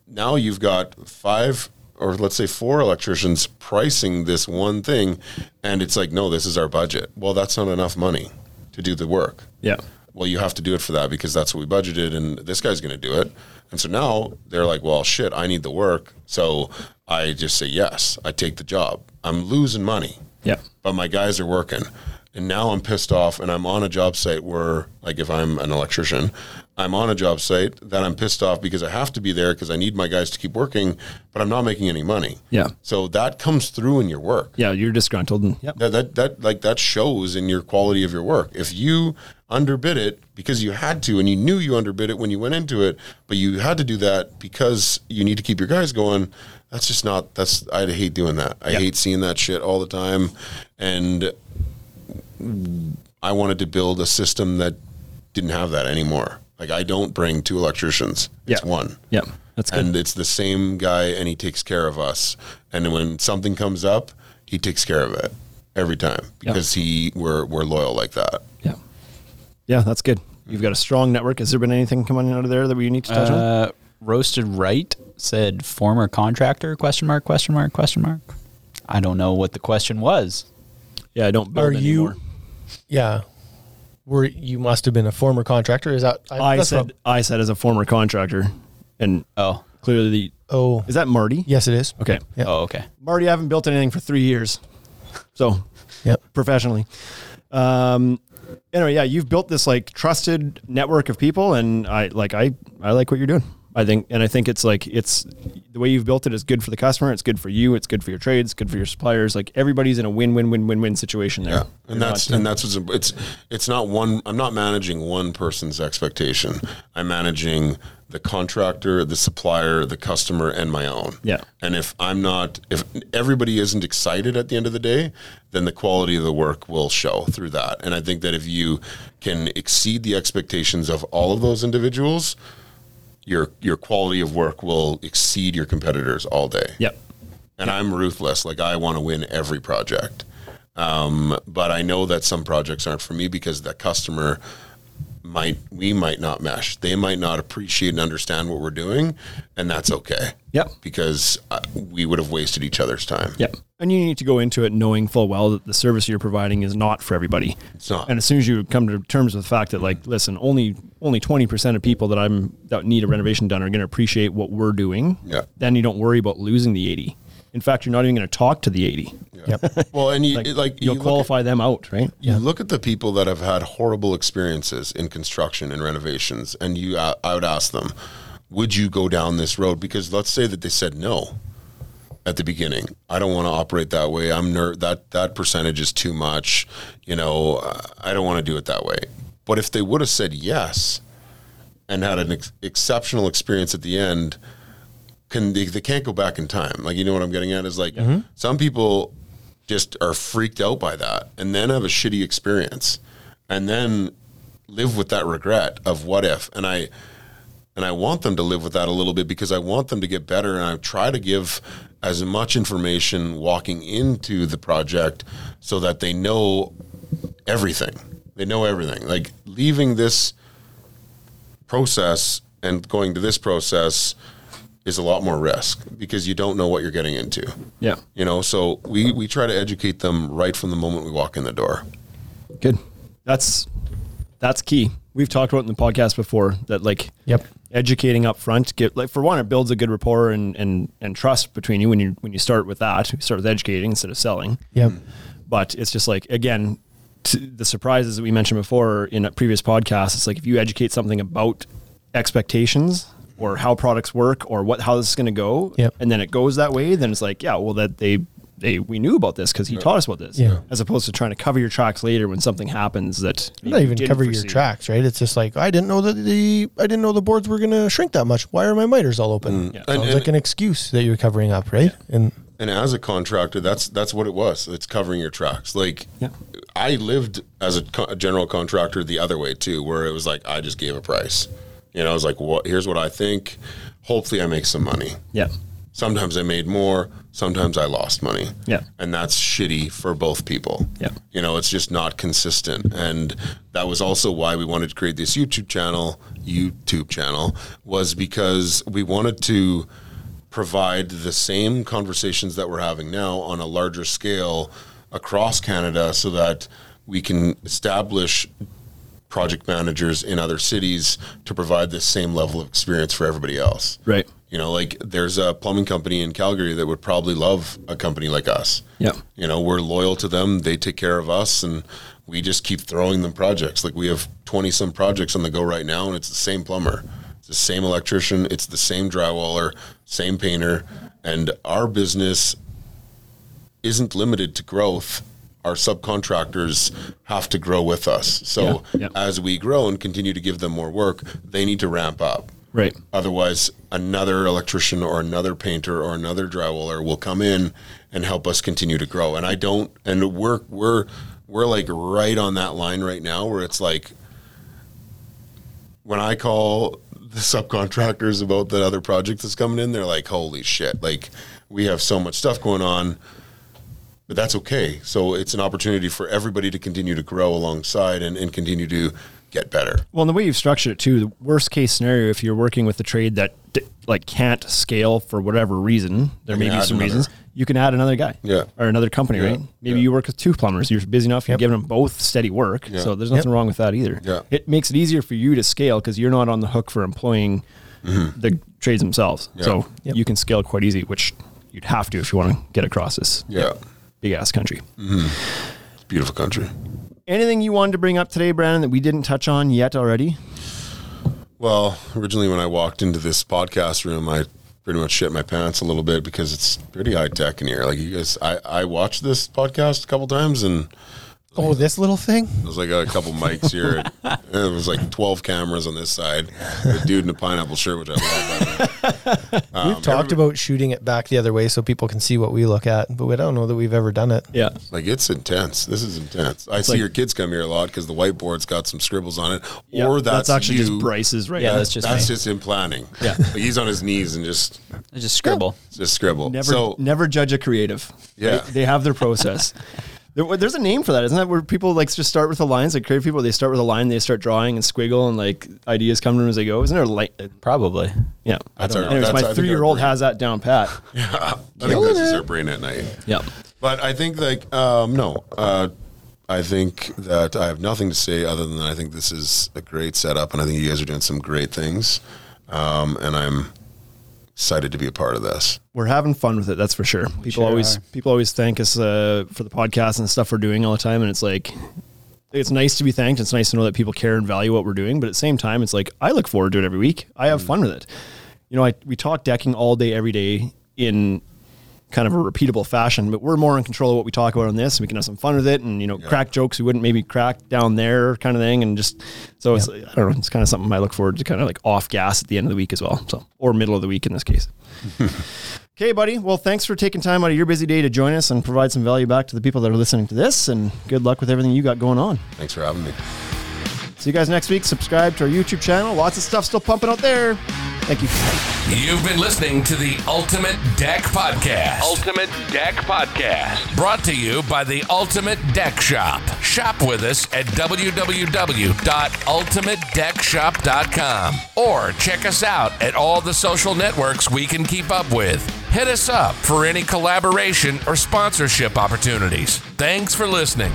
F: Now you've got five or let's say four electricians pricing this one thing, and it's like, no, this is our budget. Well, that's not enough money to do the work.
B: [laughs] Yeah,
F: Well, you have to do it for that because that's what we budgeted, and this guy's going to do it. And so now they're like, well, shit, I need the work. So I just say yes, I take the job. I'm losing money
B: yeah,
F: but my guys are working. And now I'm pissed off and I'm on a job site where, like, if I'm an electrician, I'm on a job site that I'm pissed off because I have to be there because I need my guys to keep working, but I'm not making any money.
B: Yeah.
F: So that comes through in your work.
B: yeah. You're disgruntled. And, yep.
F: That, that, that, like, that shows in your quality of your work. If you underbid it because you had to and you knew you underbid it when you went into it, but you had to do that because you need to keep your guys going, that's just not, that's, I hate doing that. I
B: Yeah.
F: hate seeing that shit all the time. And I wanted to build a system that didn't have that anymore. Like, I don't bring two electricians, it's
B: Yeah.
F: one
B: Yeah, that's good.
F: and it's the same guy and he takes care of us and when something comes up he takes care of it every time because he we're, we're loyal like that
B: yeah, yeah, that's good. You've got a strong network. Has there been anything coming out of there that we need to touch on?
A: Uh, roasted right said former contractor question mark question mark question mark. I don't know what the question was.
B: Yeah, I don't. Build
E: Are you?
B: anymore.
E: Yeah. Were you must have been a former contractor? Is that
B: I
E: that's
B: said.
E: not-
B: I said as a former contractor, and
A: Oh,
B: clearly, the,
E: oh,
B: is that Marty?
E: yes, it is.
B: Okay.
E: Yeah.
A: oh, okay.
B: Marty, I haven't built anything for three years. So,
E: Yep.
B: professionally. Um, anyway, yeah, you've built this like trusted network of people, and I like I I like what you're doing. I think, and I think it's like it's the way you've built it is good for the customer. It's good for you. It's good for your trades. Good for your suppliers. Like everybody's in a win-win-win-win-win situation there.
F: yeah and that's and that's what's it's it's not one i'm not managing one person's expectation i'm managing the contractor the supplier the customer and my own
B: Yeah.
F: and if i'm not if everybody isn't excited at the end of the day then the quality of the work will show through that and i think that if you can exceed the expectations of all of those individuals your your quality of work will exceed your competitors all day
B: Yep.
F: and I'm ruthless. Like I want to win every project. Um, but I know that some projects aren't for me because the customer might we might not mesh. They might not appreciate and understand what we're doing, and that's okay.
B: Yep.
F: Because uh, we would have wasted each other's time.
B: Yep. And you need to go into it knowing full well that the service you're providing is not for everybody.
F: It's not.
B: And as soon as you come to terms with the fact that, like, listen, only only twenty percent of people that I'm that need a renovation done are going to appreciate what we're doing.
F: Yeah.
B: Then you don't worry about losing the eighty. In fact, you're not even going to talk to the eighty.
E: Yep.
F: Well, and you
B: Like,
F: like, like
B: you'll
F: you look at-
B: qualify them out, right?
F: You look at the people that have had horrible experiences in construction and renovations, and you, uh, I would ask them, would you go down this road? Because let's say that they said no at the beginning. I don't want to operate that way. I'm ner- that that percentage is too much. You know, uh, I don't want to do it that way. But if they would have said yes and had an ex- exceptional experience at the end, can they, they can't go back in time. Like you know what I'm getting at is like some people just are freaked out by that and then have a shitty experience and then live with that regret of what if and I and I want them to live with that a little bit because I want them to get better and I try to give as much information walking into the project so that they know everything. They know everything. Like leaving this process and going to this process is a lot more risk because you don't know what you're getting into.
B: Yeah.
F: You know, so we we try to educate them right from the moment we walk in the door.
B: Good. That's that's key. We've talked about it in the podcast before that, like,
E: Yep.
B: educating up front get like for one it builds a good rapport and and and trust between you when you when you start with that you start with educating instead of selling
E: Yep.
F: Mm.
B: but it's just like again t- the surprises that we mentioned before in a previous podcast it's like if you educate something about expectations or how products work or what how this is going to go,
E: Yep.
B: and then it goes that way, then it's like, yeah, well, that they they we knew about this because he taught us about this,
E: Yeah.
B: as opposed to trying to cover your tracks later when something happens that you
E: not even
B: didn't
E: cover your
B: foresee.
E: tracks, right? It's just like I didn't know that the I didn't know the boards were gonna shrink that much. Why are my miters all open? Sounds
F: Mm. And- and-
E: like an excuse that you're covering up, right? And
F: And as a contractor, that's that's what it was. It's covering your tracks. Like
B: Yeah.
F: I lived as a, co- a general contractor the other way too, where it was like I just gave a price. You know, I was like, "What? Here's what I think. Hopefully, I make some money."
B: Yeah,
F: Sometimes I made more. Sometimes I lost money.
B: Yeah.
F: and that's shitty for both people.
B: Yeah.
F: you know, it's just not consistent, and that was also why we wanted to create this YouTube channel. YouTube channel was because we wanted to provide the same conversations that we're having now on a larger scale across Canada so that we can establish project managers in other cities to provide the same level of experience for everybody else.
B: right.
F: You know, like there's a plumbing company in Calgary that would probably love a company like us.
B: Yeah.
F: You know, we're loyal to them, they take care of us and we just keep throwing them projects. Like we have 20 some projects on the go right now and it's the same plumber. It's the same electrician, it's the same drywaller, same painter, and our business isn't limited to growth. Our subcontractors have to grow with us. So
B: Yeah, yeah.
F: as we grow and continue to give them more work, they need to ramp up.
B: Right.
F: Otherwise, another electrician or another painter or another drywaller will come in and help us continue to grow. And I don't, and we're we're we're like right on that line right now where it's like when I call the subcontractors about that other project that's coming in, they're like, "Holy shit! Like we have so much stuff going on." But that's okay. So it's an opportunity for everybody to continue to grow alongside and, and continue to get better.
B: Well, and the way you've structured it too, the worst case scenario, if you're working with a trade that d- like can't scale for whatever reason, there
F: You
B: may
F: can
B: be
F: add
B: some
F: another.
B: reasons you can add another guy,
F: Yeah.
B: or another company,
F: Yeah.
B: right? Maybe
F: Yeah.
B: you work with two plumbers. You're busy enough. You're
E: Yep.
B: giving them both steady work, so there's nothing wrong with that either.
F: Yeah.
B: It makes it easier for you to scale because you're not on the hook for employing
F: Mm-hmm.
B: the trades themselves, so
E: Yep.
B: you can scale quite easy, which you'd have to if you want to get across this
F: Yeah. Mm.
B: big ass country.
F: Beautiful country.
B: Anything you wanted to bring up today, Brandon, that we didn't touch on yet already?
F: Well, originally when I walked into this podcast room, I pretty much shit my pants a little bit because it's pretty high tech in here. Like you guys, I, I watched this podcast a couple times and
E: oh, this little thing.
F: it was like a couple mics here.
B: [laughs]
F: And it was like 12 cameras on this side. The dude in the pineapple shirt, which I love. by the way.
E: We've talked about shooting it back the other way so people can see what we look at, but we don't know that we've ever done it.
B: Yeah.
F: Like it's intense. This is intense. I see your kids come here a lot because the whiteboard's got some scribbles on it.
B: Yeah,
F: or that's,
B: actually
F: you.
B: just Bryce's right
A: Yeah,
B: now.
A: that's just
F: That's
A: me.
F: just in planning.
B: Yeah.
F: Like he's on his knees and just
A: I just scribble.
F: just scribble.
B: never
F: so
B: never judge a creative.
F: Yeah.
B: They- they have their
F: [laughs]
B: process. There- There's a name for that, isn't that where people like just start with the lines? Like creative people, they start with a line, they start drawing and squiggle, and like ideas come to them as they go. Isn't there a light?
A: Probably.
B: Yeah,
F: That's our-
B: Anyways,
F: that's- I
B: my
F: think
B: three year old
F: our brain-
B: has that down pat.
F: I think that's just their brain at night.
B: yeah,
F: But I think like um, no, uh, I think that I have nothing to say other than I think this is a great setup, and I think you guys are doing some great things, um, and I'm excited to be a part of this.
B: we're having fun with it. That's for sure. People
A: sure
B: always
A: are.
B: people always thank us uh, for the podcast and the stuff we're doing all the time, and it's like. It's nice to be thanked. It's nice to know that people care and value what we're doing. But at the same time, it's like I look forward to it every week. I
A: Mm.
B: have fun with it. you know, I, we talk decking all day, every day in kind of a repeatable fashion, but we're more in control of what we talk about on this. We can have some fun with it and, you know, crack jokes we wouldn't maybe crack down there kind of thing. And just, so it's, I don't know, it's kind of something I look forward to kind of like off gas at the end of the week as well. So, or middle of the week in this case. okay, buddy. Well, thanks for taking time out of your busy day to join us and provide some value back to the people that are listening to this. And good luck with everything you got going on.
F: Thanks for having me.
B: See you guys next week. Subscribe to our YouTube channel. Lots of stuff still pumping out there. Thank you.
C: You've been listening to the Ultimate Deck Podcast.
D: Ultimate Deck Podcast.
C: Brought to you by the Ultimate Deck Shop. Shop with us at www.ultimatedeckshop.com or check us out at all the social networks we can keep up with. Hit us up for any collaboration or sponsorship opportunities. Thanks for listening.